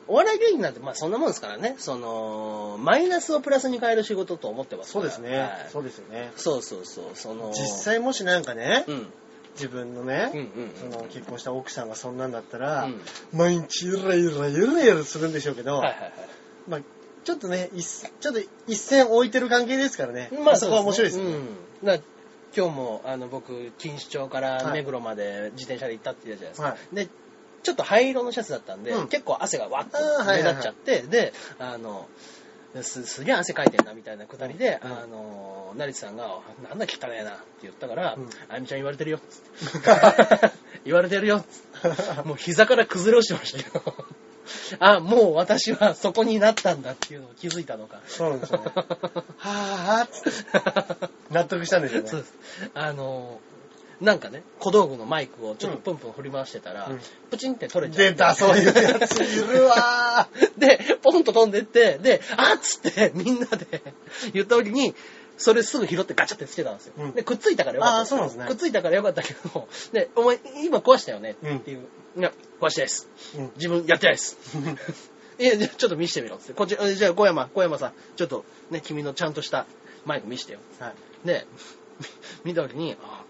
お笑い芸人なんてまあそんなもんですからね、その、マイナスをプラスに変える仕事と思ってますか
そう
ら。
ですね
はい。
そうですよね。
そうそうそう、その、
実際もしなんかね
う、ん、
自分の
うんうん
ね、
うん。
その結婚した奥さんがそんなんだったら
うん、
毎日ゆらゆらゆらゆらするんでしょうけど
はい、はいはい。
まあ、ちょっとね、一ちょっと一線置いてる関係ですからね。そこは面白いですね。
ね。うん。だから今日も、あの、僕、錦糸町から目黒まで自転車で行ったって言ったじゃないですか。
はい
で、ちょっと灰色のシャツだったんで、
うん
結構汗がわっと
あーは
目
いはいはい
立っちゃって、で、あの、すすげえ汗かいてんなみたいなくだりで、
うん
あの、成田さんが、なんだ汚えなって言ったから、
うん
あゆみちゃん言われてるよっ
[laughs]
つって。言われてるよっつって。もう膝から崩れ落ちてましたけど。あ、もう私はそこになったんだっていうのを気づいたのか。
そうなんですよ
[laughs]
ね。はぁはぁつって納得したんですよね。
そうです。あのー、なんかね、小道具のマイクをちょっとプンプン振り回してたら、
うん
プチンって取れちゃ
出
う。
た、そういうやついるわ
[laughs] で、ポンと飛んでって、で、あっつってみんなで言った時に、それすぐ拾ってガチャってつけたんですよ。
うん
で、くっついたからよかった。
あーそうなんですね
くっついたからよかったけど、で、お前、今壊したよねっていう。いや、壊してないです。
ー
自分やってない
[laughs]
です。いや、じゃあちょっと見してみろっつって。こっち、えじゃあ小山、小山さん、ちょっとね、君のちゃんとしたマイク見してよ。
はい
で、 [laughs] み見たときに、あ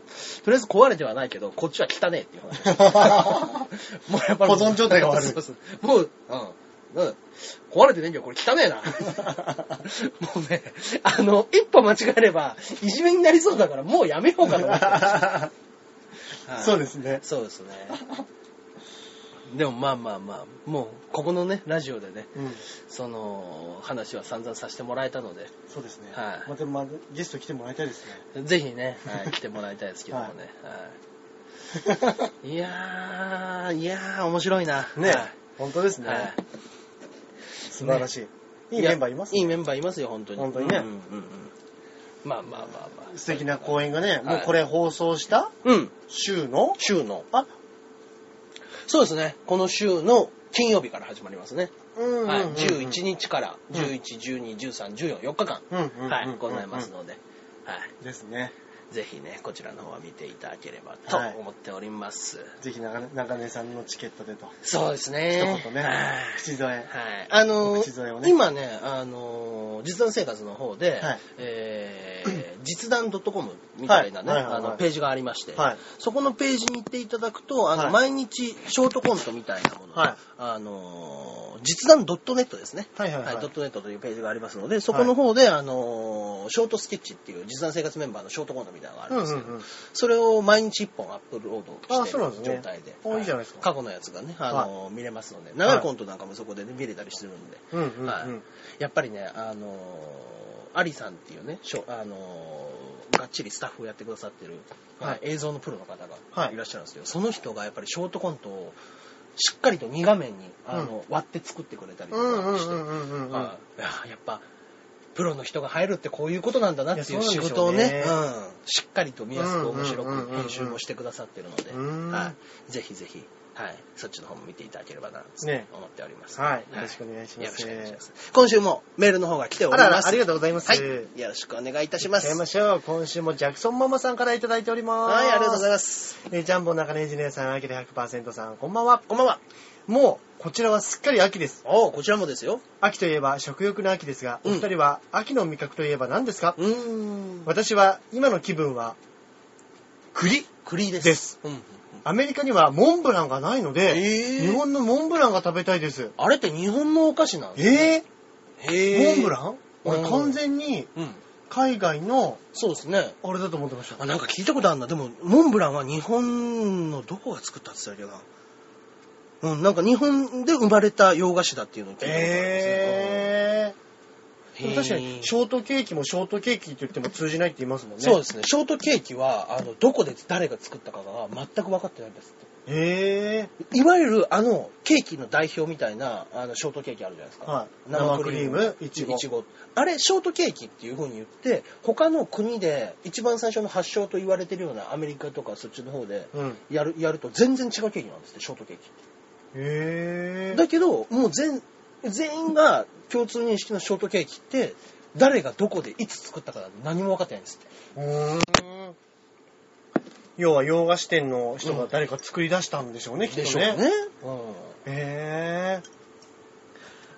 とりあえず壊れてはないけど、こっちは汚ねえっていう話。
[laughs]
もうやっぱり。
保存状態が悪い
そうそうもう、うん。うん壊れてねえけど、これ汚ねえ
[laughs]
な。もうね、あの、一歩間違えれば、いじめになりそうだから、もうやめようかと思って。はい
[laughs] そうですね。
そうですね。でもまあまあまあ、もう、ここのね、ラジオでね、
うん、
その、話は散々させてもらえたので、
そうですね。
はい
また、またゲスト来てもらいたいです
[laughs]
ね。
ぜひね、はい、来てもらいたいですけどもね。はい、いやー、いやー、面白いな。
ね
は
本当です
い
ね。
はい
素晴らしい。いいメンバーいます
やい
ね
いメンバーいますよ、本当に。
本当にね
うんうんうんうんまあまあまあまあ。
素敵な公演が
は
ね、
い
もうこれ放送した
うん、
週の、
週の。
あ、
そうですね、この週の金曜日から始まりますね。
うん
はい、11。日から
うん
11、12、13、14、4日間、
うんうんうんうん
はい、ございますので、はい、
ですね。
ぜひね、こちらの方は見ていただければと
はい
思っております。
ぜひ長根長根さんのチケットでと。
そうです
一
ね。
言ね
はい。
口添え。
はい。あのー
口添えをね
今ね、あのー実弾生活の方で、
はい
えー [clears throat] 実弾 .com みたいなね、
はいはいはい
あ
はい
の、ページがありまして、
はい
そこのページに行っていただくと、あの、
はい
毎日ショートコントみたいなもの、
はい
あのー実弾 .net ですね。
はいはいはい
ドットネットというページがありますので、そこの方で、あのーショートスケッチっていう実弾生活メンバーのショートコントみたいなのがあるんですけど、
うんうんうん
それを毎日1本アップロードし
あ
て
そうなんですね
る状態で、
あいいじゃないですか
過去のやつがね、あのー見れますので、長いコントなんかもそこで、ね見れたりするんで、
うんうんうん
はい、やっぱりね、あのーアリさんっていうね、しょあのーがっちりスタッフをやってくださってる、
はい
はい映像のプロの方
は
が
い
いらっしゃるんですけど、その人がやっぱりショートコントをしっかりと2画面にあの、割って作ってくれたりと
うんう
か
ん
して、
うんうんうんうん。
あいややっぱプロの人が入るってこういうことなんだなってい
いうやそう
仕
なんでし
事
ょ
を
う
ね
ね
うんしっかりと見やすく面白
うんうんうんうん
く
うん
編集もしてくださってるので、
うん
はい、ぜひぜひ、はい、そっちの方も見ていただければなと
ね
思っております、
はいよろしくお願いします
よろしくお願いします今週もメールの方が来ております
あらあらありがとうございます
はい、よろしくお願いいたします
やりましょう。今週もジャクソンママさんからいただいております。
はいありがとうござい
ま
ます
す。えージャンボ中根エンジニアさん、アキラ100%さん、こんばんは。
こんばんは
もう、こちらはすっかり秋です。
おうこちらもですよ
秋といえば食欲の秋ですが、
うん
お二人は秋の味覚といえば何ですか、
うーん
私は今の気分は、栗
栗です
です
うんうんうん
アメリカにはモンブランがないので、
えー
日本のモンブランが食べたいです。
あれって日本のお菓子なんです
えー
へー
モンブラン
う
俺
ん
完全に
うん
海外の
そうですね
あれだと思ってました。
あなんか聞いたことあるなでもモンブランは日本のどこが作ったって言ってたっけなうんなんか日本で生まれた洋菓子だっていうのを聞いたことあるんで
え
す
ー。で
ねう
も
ん
確かに
へー
ショートケーキもショートケーキって言っても通じないって言いますもんね。。
そうですすねショートケーキはあのどこで誰が作ったかが全く分かってないんですっ
え
ていわゆるあのケーキの代表みたいなあのショートケーキあるじゃないですか、
はい生クリームいちご
あれショートケーキっていう風に言って他の国で一番最初の発祥と言われてるようなアメリカとかそっちの方で
ー。うん。
やるやると全然違うケーキなんですってショートケーキ
え
だけど、もう全、全員が共通認識のショートケーキって、誰がどこでいつ作ったかなんて何も分かってないんですって。
うーん要は洋菓子店の人が誰か作り出したんでしょうね、きっとね。
うん。
へえ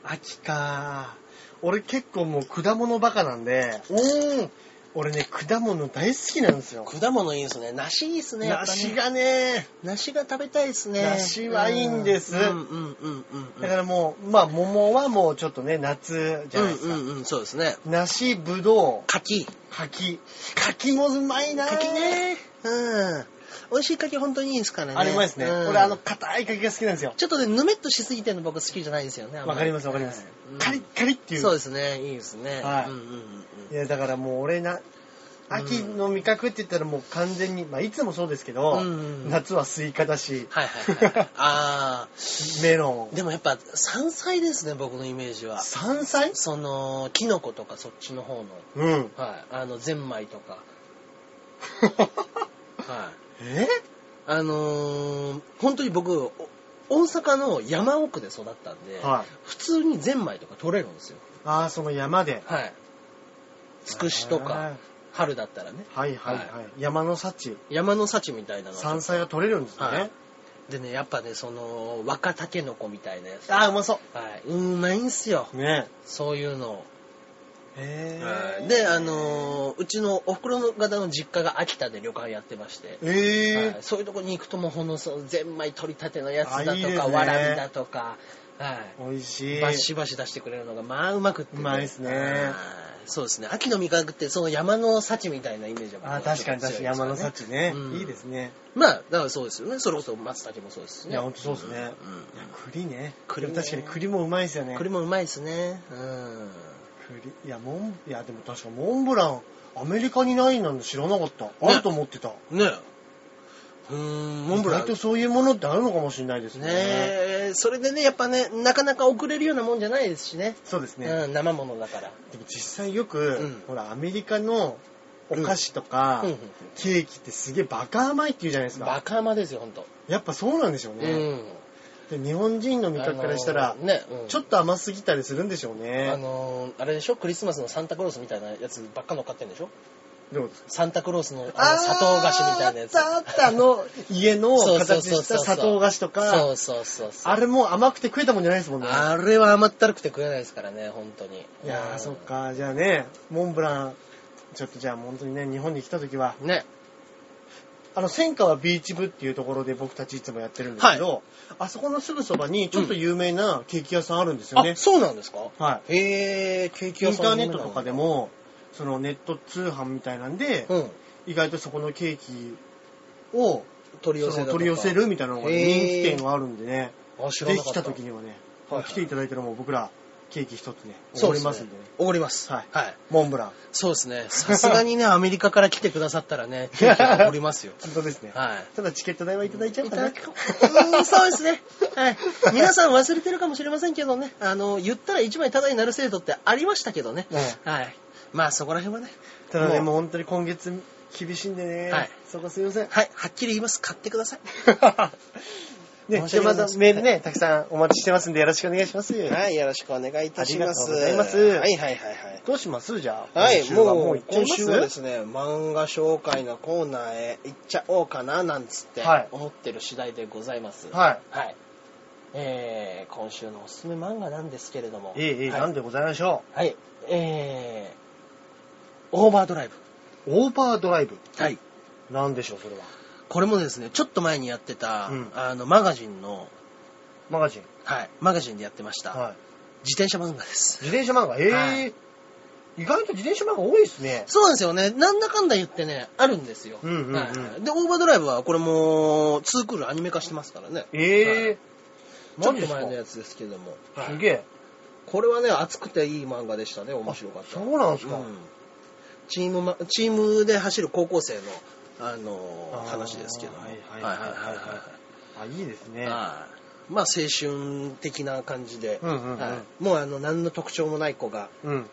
秋か。俺結構もう果物バカなんで、
うん。
俺ね、果物大好きなんですよ。
果物いいですね。梨いいですね。やっぱね
梨。がね、
梨が食べたいですね。
梨はいいんです
うんうんうんうん。
だからもう、まあ、桃はもうちょっとね、夏じゃないですか。
うんうんうん、そうですね。
梨、ぶどう、
柿。
柿。柿もうまいな
柿。ね。うん。美味しい柿本当にいいですからね。
あれうまいですね。
うん
俺、あの、硬い柿が好きなんですよ。
ちょっとね、ぬめっとしすぎてるの僕好きじゃないんですよね。あん
わ
り
かりますわかります
うん。
カリッカリっていう。
そうですね。いいですね。
はい
うんうんうん
いや、だからもう俺な、秋の味覚って言ったらもう完全に、まあ、いつもそうですけど、
うん
夏はスイカだし、
はいはい
[laughs]
はい。あ
メロ
ー。
ン。
でもやっぱ山菜ですね、僕のイメージは。
山菜
その、キノコとかそっちの方の。
うん。
はい。あの、ゼンマイとか。はい。
え
あのー、本当に僕、お大阪の山奥で育ったんで、
はい。
普通にゼンマイとか取れるんですよ。
ああ、その山で。
はい。つくしとか、春だったらね。
あー。はいはいはい。山の幸。
山の幸みたいなのが
山菜が取れるんですね。
はいでね、やっぱね、その、若タケノコみたいなやつ。
ああ、うまそ
はい。うまいんすよ。
う。ね
そういうの。
え
はいで、あのーうちのお袋の方の実家が秋田で旅館やってまして、
ええ
はいそういうとこに行くともうほんのそのゼンマイ取り立てのやつだとか
あいいですね
わらびだとか、はい。
美味しい。
バシバシ出してくれるのがまあうまくって、
うまいっすね
はいそうですね秋の味覚ってその山の幸みたいなイメージは僕
あ
は
あ、確かに
ちょっ
確
と強い
かに
ですよ
山の幸ね。
うん
いいですね。
まあだからそうですよねそれこそ松茸もそうですしね
いや、ほんとそうですね。い
う
や
んうん、
栗ね。
栗ね
確かに栗もうまいですよね。
栗もうまいですねうん
栗いやモンいやでも確かモンブランアメリカにないなんて知らなかったあると思ってた、
ねえうーんモンブラン
意外とそういうものってあるのかもしれないですね
ねえそれでねやっぱねなかなか遅れるようなもんじゃないですしね
そうですね、
うん、生ものだから
でも実際よく、
うん
ほらアメリカのお菓子とか、
うんうんうん
ケーキってすげえバカ甘いって言うじゃないです
バ
か
カ甘ですよほんと、
やっぱそうなんでしょうね、で日本人の
うん
味覚からしたら、
あのーね、うん
ちょっと甘すぎたりするんでしょう
あ
ね
のーあれでしょクリスマスのサンタクロースみたいなやつばっか乗っかってんでしょ
どうですか
サンタクロースのあの砂糖菓子みたいなやつ。
あったあったあの家の形した砂糖菓子と
そ
か
うそうそうそう。
あれも甘くて食えたもんじゃないですもんね
あれは甘ったるくて食えないですからね、本当に。
いや
う
ー、
ん
そっ。か。じゃあね、モンブラン、ちょっとじゃあ本当にね、日本に来た時は、
ね。
あの、戦火はビーチ部っていうところで僕たちいつもやってるんですけど、あそこのすぐそばにちょっと有名なケーキ屋さんあるんですよね
あ、。そうなんですか
はい。
へえ、ケーキ
イ
屋
ンタ
さん
ーネットとかで
も。
も、そのネット通販みたいなんで、
うん。
意外とそこのケーキを
取り寄
そ
せ
の
だとか
取り寄せるみたいなのがね
へ
人
ー
気店があるんでね、
あ、知ら
で
なか
き
った。
た時にはね、
はいはい
来ていただいたらもう僕らケーキ一つね、
そ
お
う
り
で
ますんでね。
おごります。
はい
はい。
モンブラン。
そうですね。さすがにね、アメリカから来てくださったらね、ケーキはおごります
[laughs]
よ。
本当ですね。
はい。
ただチケット代はいただいちゃう
い
か
た
な。
だきうん、そうですね。はい。皆さん忘れてるかもしれませんけどね、あの、言ったら1枚タダになる制度ってありましたけどね。
う
はい。まあそこら辺はね、
ただ
も
ね、
う
もう本当に今月厳しいんでね。
はい
そこすいません。
はい、はっきり言います。買ってください。[laughs]
ね、
申し
じゃ
訳
あ
ございま
また
せん
メールね、たくさんお待ちしてますんでよろしくお願いします。
はい、よろしくお願いいたします。
ありがとうございます
はいはいはいはい。
どうしますじゃあ。
はい
今、週は
もう、
行っちゃい
今
ます
週はですね、漫画紹介のコーナーへ行っちゃおうかな、なんつって
はい、
思ってる次第でございます。い。
はい。
はい。えー、今週のおすすめ漫画なんですけれども。
ええええ
はい
なんでございましょ
はい。えー、オーバードライブ。
う。オーバードライブ。
はい。
なんでしょう、それは。
これもですね、ちょっと前にやってた、
うん
あの、マガジンの、
マガジン。
はい、マガジンでやってました、
はい。
自転車漫画です。
自転車漫画。ええ
はい
意外と自転車漫画多いですね。
そうなんですよね。なんだかんだ言ってね、あるんですよ。
うんうんうん
はいで、オーバードライブはこれも、ツークールアニメ化してますからね。
ええ
ちょ
マ
っ
ジ
と
ですか
前のやつですけども。
すげえ。
これはね、熱くていい漫画でしたね、面白かった。
あそうなんですか
チームま、チームで走る高校生の、あの
あー
話ですけども。
はいはいはいはいあ、いいですね。
はいまあ青春的な感じで、
うんうんうん
はいもうあの何の特徴もない子が
うん。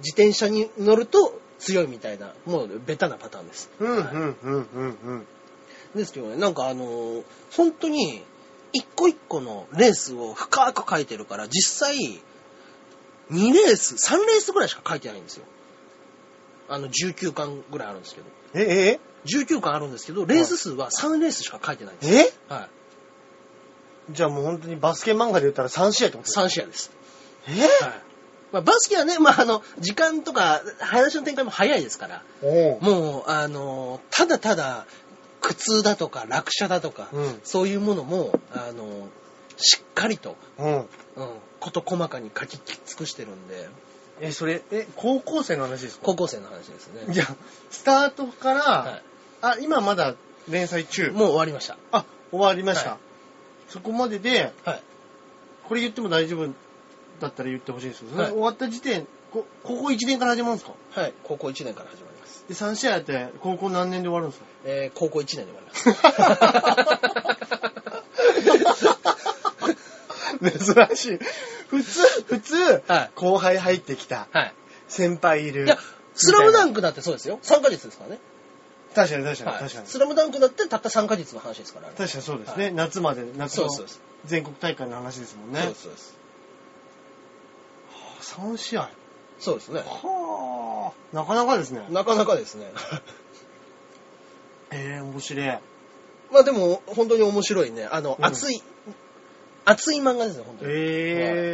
自転車に乗ると強いみたいなもうベタなパターンです、
うん、う
は
ん、うん、うん、うん。
いですけどねなんかあのー本当に一個一個のレースを深く書いてるから実際2レース3レースぐらいしか書いてないんですよあの19巻ぐらいあるんですけど
え、え、え
19巻あるんですけどレース数は3レースしか書いてないんですよ、
え
はい、
じゃあもう本当にバスケ漫画で言ったら3試合ってことですか
3試合です
え
はいまあ、バスケはね、まあ、あの、時間とか、話の展開も早いですから、
おう
もう、あの、ただただ、苦痛だとか、落車だとか、
うん
そういうものも、あの、しっかりと、
う
う
ん。
ん、こと細かに書き尽くしてるんで、
え、それ、え、高校生の話ですか
高校生の話ですね。
じゃあ、スタートから、
は
あ、今まだ連載中
い、。もう終わりました。
あ、終わりました。
はい
そこまでで、
はい。
これ言っても大丈夫だったら言ってほしいんですけど、それ
はい
終わった時点、こ高校1年から始まるんですか
はい。高校1年から始まります。
で、3試合やって、高校何年で終わるんですか
えー、高校1年で終わり
[laughs]
ます。 [laughs]
珍しい。普通、普通、
はい
後輩入ってきた、
はい。
先輩いる。
いや、スラムダ
ン
ンクだってそうですよ。3ヶ月ですからね。
確かに確かに、
はい
確かに。
スラムダンクだってたった3ヶ月の話ですからね。
確かにそうですね。
は
夏まで、夏
そう
の
ですそうです。
全国大会の話ですもんね。
そうですそうです。
3試合。
そうですね。
はあ。なかなかですね。
なかなかです
[laughs]
ね。
ええ面白い。
まあでも、本当に面白いね。あの、
うん
熱い、熱い漫画ですね、本当に。
え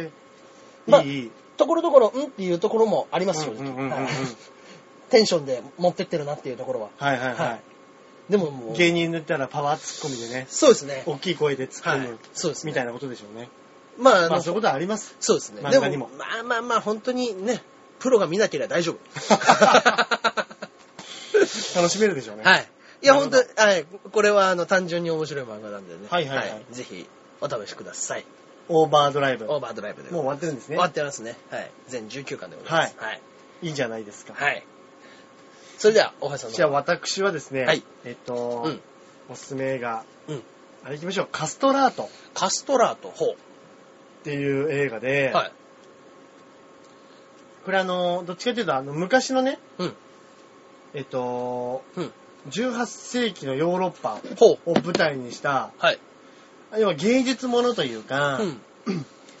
え
まあ
いい、いい。
ところどころ、うんっていうところもあります、正
うんうんう
直。
んうん
はい [laughs] テンションで持ってってるなっていうところは。
はいはいは。
はいでももう、
芸人だったらパワーツッコミでね、
そうですね。
大きい声で突っ
は
込む、
い。そうですね。
みたいなことでしょうね。
まあ、あの、
まあそういうことはあります。
そうですね。
漫
で
画にも
も、まあまあまあ、本当にね、プロが見なければ大丈
[laughs]
夫。
楽しめるでしょうね。
はい。いや、
なる
本
ほ
当
ど
にはい。これは、あの、単純に面白い漫画なんでね。
はいはいはい
ぜひ、お試しください。
オーバードライブ。も
オーバードライブで。
う終わってるんですね
終わ。ってますね。はい。全19巻でございます。はい。
いいじゃないですか。
はい。それでは、大橋さんの。
じゃあ私はですね、
はい
えっと、
うん
おすすめ映画、
うん
あれ行きましょう、カストラート
カストラート4。
っていう映画で、
はい。
これあの、どっちかというと、あの、昔のね、
うん。
えっと、
うん。
18世紀のヨーロッパ
ほう。
を舞台にした、
はい。
要は芸術ものというか、
うん。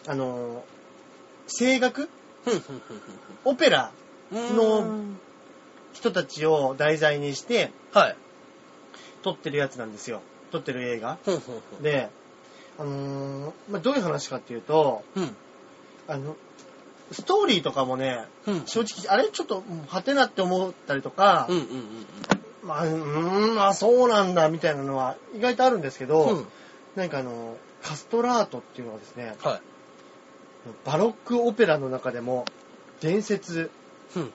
あの、声楽
ふんふん
オペラ
ふんふん。
の人たちを題材にして
はい。
撮ってるやつなんですよ。撮ってる映画。
ふんふんふん。
で、あのーまあ、どういう話かっていうと、
うん。
あの、ストーリーとかもね、
うん。
正直、あれちょっと、うんはてなって思ったりとか、
うんうんうん
まあ、うーん、まあそうなんだ、みたいなのは意外とあるんですけど、
うん。うん。
なんかあの、カストラートっていうのはですね、
はい。
バロックオペラの中でも、伝説
うん。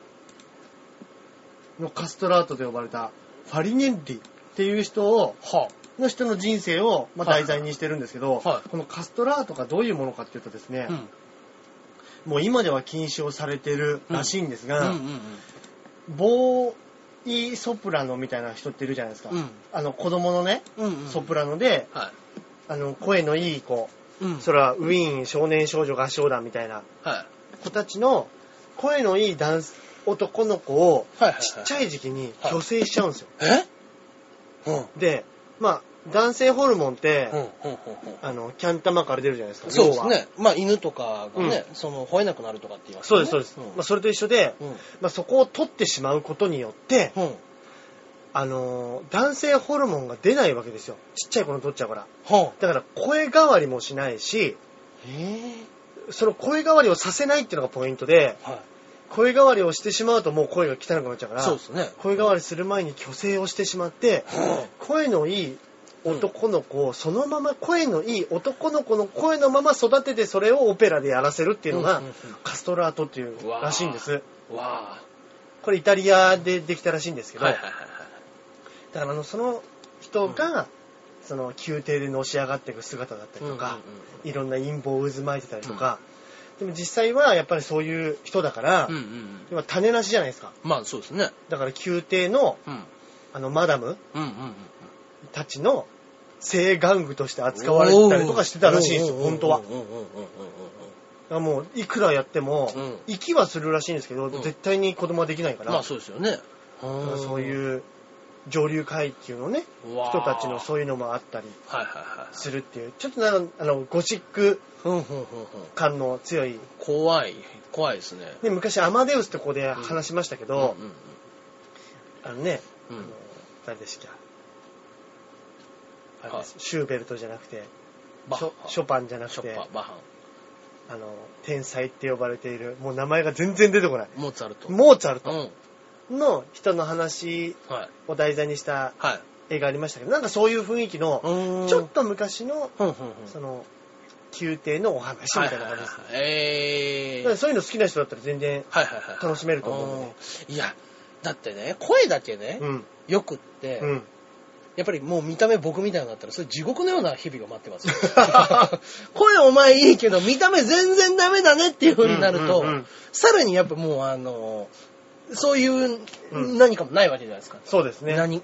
のカストラートと呼ばれた、ファリネッリっていう人を、
は
の人の人生を、まあ、
はい
題材にしてるんですけど、
はい
このカストラートがどういうものかっていうとですね
あ。、ん。
もう今では禁止をされてるらしいんです
うんう
が、
んうん。
ボーイソプラノみたいな人っているじゃないですか。
うん
あの、子供のね、
うん、
ソプラノで、
は
あの、声のいい子、
い。うん
それはウィーン少年少女合唱団みたいな
は
子たちの声のいいダンス、男の子を
い。はい。
ちっち
ゃい。
ゃい時期に
はい
虚勢しちゃうんですよ。
えうん。
で、まあ、男性ホルモンって、
うん、うん、うん。
あの、キャン玉から出るじゃないですか。
そうです
要は。
ね。まあ、犬とかがね、その、吠えなくなるとかって言います
そう
よ
で
ね。
す、そうです。
ん
まあ、それと一緒で、
うん。
まあ、そこを取ってしまうことによって、
うん。
あのー男性ホルモンが出ないわけですよ。ちっちゃい子の取っちゃうから。
は
だから声変わりもしないし、
え
その声変わりをさせないっていうのがポイントで、
ぇは
声変わりをしてしまうともう声が汚くなっちゃうか
い。
ら、
そうですね。
声変わりする前に虚勢をしてしまって、声のいい男の子をそのまま声のいい男の子の声のまま育ててそれをオペラでやらせるっていうのが
うんうんうん
カストラートっていう
うわー
らしいんです。
わ
これイタリアでできたらしいんですけ
ぁ。
ど、
はいはいは
だからあのその人が、その宮廷でのし上がっていく姿だった
い
り
はい。
とか、
う
いろんな陰謀を渦巻いてたりとか、でも実際はやっぱりそういう人だから、
んうんうん。うんうん
今種なしじゃないですか。
まあ、そうですね。
だから宮廷の
うん。
あのマダム
うんうんうん。
たちの性玩具として扱われてたりとかしてたらしいんですよ、
おー
本当は。
うん
だ
うんうんうんうんうん
からもう、いくらやっても
うん、
息はするらしいんですけど、
ん
絶対に子供はできないか
うん。
ら、
まあ、そうですよね。
だからそう
う
いう上流階級のね、
人
人たちの
う
そういうのもあったり
いう。はいはいはい。
するっていう、ちょっとなんかあの、ゴシック
うんうんうんうん。
感の強い、
怖い。怖いですね。
ね、昔アマデウスってここで話しましたけど、
うんうん
あのね、
うん
あの誰でしたっけあれです
は
シューベルトじゃなくて、
バ
ショショパンじゃなく
ショ
て
ッパ、バハン。
あの、天才って呼ばれている、もう名前が全然出てこない。
モーツァルト。
モーツァル
う
ト
ん。
の人の話
はい。
を題材にした
はい。
絵がありましたけど、なんかそういう雰囲気の、
うん
ちょっと昔の、
ふんふんふん。
その、宮廷のお話みたいな感じです。
はいはいはいえ
だ
ー
から。そういうの好きな人だったら全然、
はいはいはい。
楽しめると思うんでね
うんいや、だってね、声だけね
う、ん、
よくって、
うん。
やっぱりもう見た目僕みたいになったら、それ地獄のような日々が待ってますよ。
[laughs]
声お前いいけど、見た目全然ダメだねっていう風になると、
うんうんうん
さらにやっぱもうあの、そういう
うん
何かもないわけじゃないですか。
そうですね。
何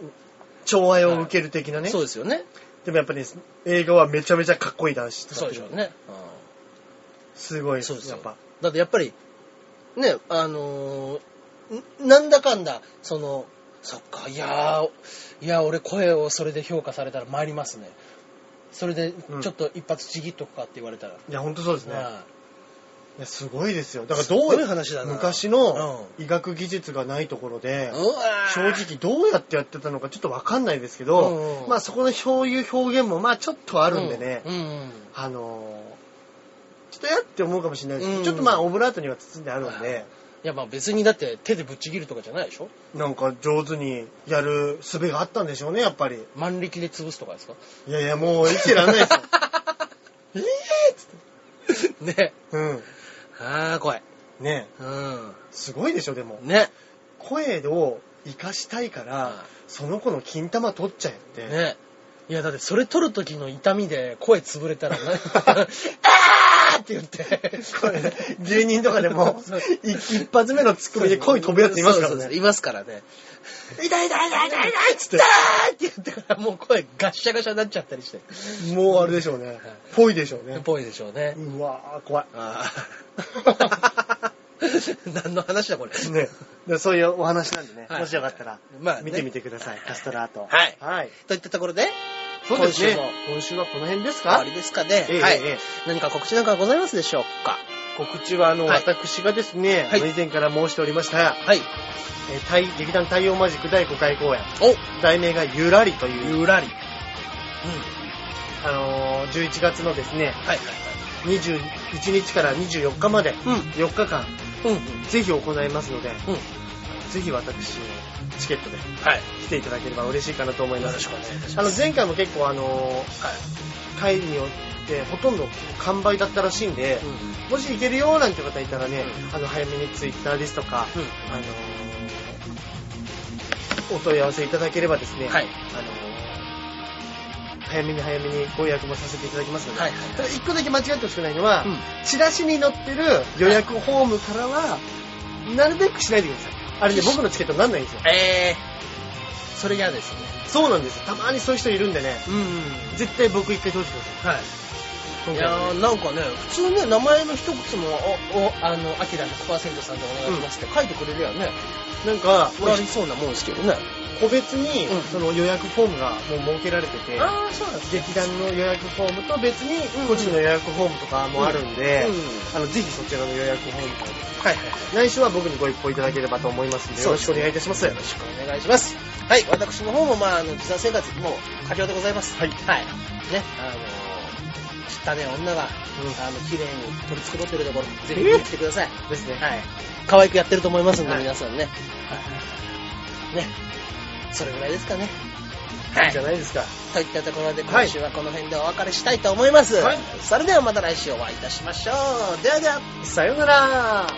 寵愛を受ける的なね。
そうですよね。
でもやっぱり、映画はめちゃめちゃかっこいい男子と
そうでしょうね。
すごいです
そうです
や
よ
っぱ。
だってやっぱり、ね、あのーんなんだかんだ、その、そっか、いやー、いや、俺声をそれで評価されたら参りますね。それで
う、ん
ちょっと一発ちぎっとくかって言われたら。
いや、ほんとそうですね。
はい
いや、すごいですよ。だから
す
ど
ご
う
い話だな
昔の医学技術がないところで、
うわー
正直どうやってやってたのかちょっとわかんないですけど、
うんうん
まあそこのそういう表現もまあちょっとあるんでね、
うんうん
あのーちょっとやって思うかもしれないですけど、
うん
ちょっとまあオブラートには包んであるんで、
いやまあ別にだって手でぶっちぎるとかじゃないでしょ
なんか上手にやる術があったんでしょうね、やっぱり。
万力で潰すとか [laughs] ですか
いやいや、もう生きてらんないで
[laughs]
すよ。ええっつって。
ね
うん。
ああ怖い
ね
うん
すごいでしょ、でも。
ね
声を活かしたいから、
うん
その子の金玉取っちゃえって。
ねいやだってそれ取る時の痛みで声潰れた
[laughs]
らなあーって言って
これね [laughs] 芸人とかでも
そう、
一一発目のツッコミで声飛ぶやついますから
そうそうそう
ね。
いますからね痛い痛い痛い痛い痛いっつってあーって言ってからもう声ガッシャガシャになっちゃったりして
もうあれでしょうね。ぽいでしょうね。
ぽいでしょうね
うわー、
[laughs]
怖い。
ああ [laughs] 何の話だこれ
ね。でそういうお話なんでね、
はい
もしよかったら、
まあね
見てみてください。カストラート。
はい
はい。
といったところで
そうですね
今週も。
今週はこの辺です
終わ
か
りですかね、
ええ
はい、
ええ
何か告知なんかございますでしょうか
告知は、あの、
はい
私がですね、
はい
以前から申しておりました、
はい
えー太劇団太陽マジック第5回公演、
お
題名がゆらりという、
ゆらりうん
あのー11月のですね、
はい
21日から24日まで、
うん
4日間、
うんうん
ぜひ行いますので、
うん
ぜひ私、チケットで
はい
来ていただければ嬉しいかなと思います。
よろしくお願いいたし
あ
ま
の、前回も結構あのー、
はい
会によってほとんど完売だったらしいんで、
う
もし行けるよなんて方いたらね、
う
あの、早めにツイッターですとか、
うん
あのーお問い合わせいただければですね、
はい
あのー早めに早めにご予約もさせていただきますので、
はいはい
ただ一個だけ間違ってほしくないのは、
うん
チラシに載ってる予約フォームからは、なるべくしないでください。あれね、僕のチケットになんないんですよ。
えー、それ嫌ですね
そうなんですよ。たまにそういう人いるんでね、
うん
絶対僕一回通してください。
はい
今
い
回は
や
ね
ーなんかね普通ね名前の一つもおおあのアキラ100%さんでお願いしますって書いてくれるよね、
なんか、
うありそうなもんですけどね
個別に
うん
その予約フォームがもう設けられてて、
ああそうなんですね
劇団の予約フォームと別に
うん
個人の予約フォームとかもあるん
う
で、
んうん
あのぜひそちらの予約フォームか
は
ら
いはいはい
来週は僕にご一報いただければと思いますので
そう
よ
です
ろしくお願いいたします。
よろしくお願いします。はい、私の方も、まあ、あの、実際生活、もう、過剰でございます。
はい
はい。ね、あのー、汚ね女が、あの、綺麗に取り繕ってるところ、ぜひ見に来てください。
ですね。
はい。可愛くやってると思いますんで、
はい
皆さんね。はい。ね。それぐらいですかね。はい
い。じゃないですか。
といったところで、
はい
今週はこの辺でお別れしたいと思います。
はい
それではまた来週お会いいたしましょう。ではでは。
さようなら。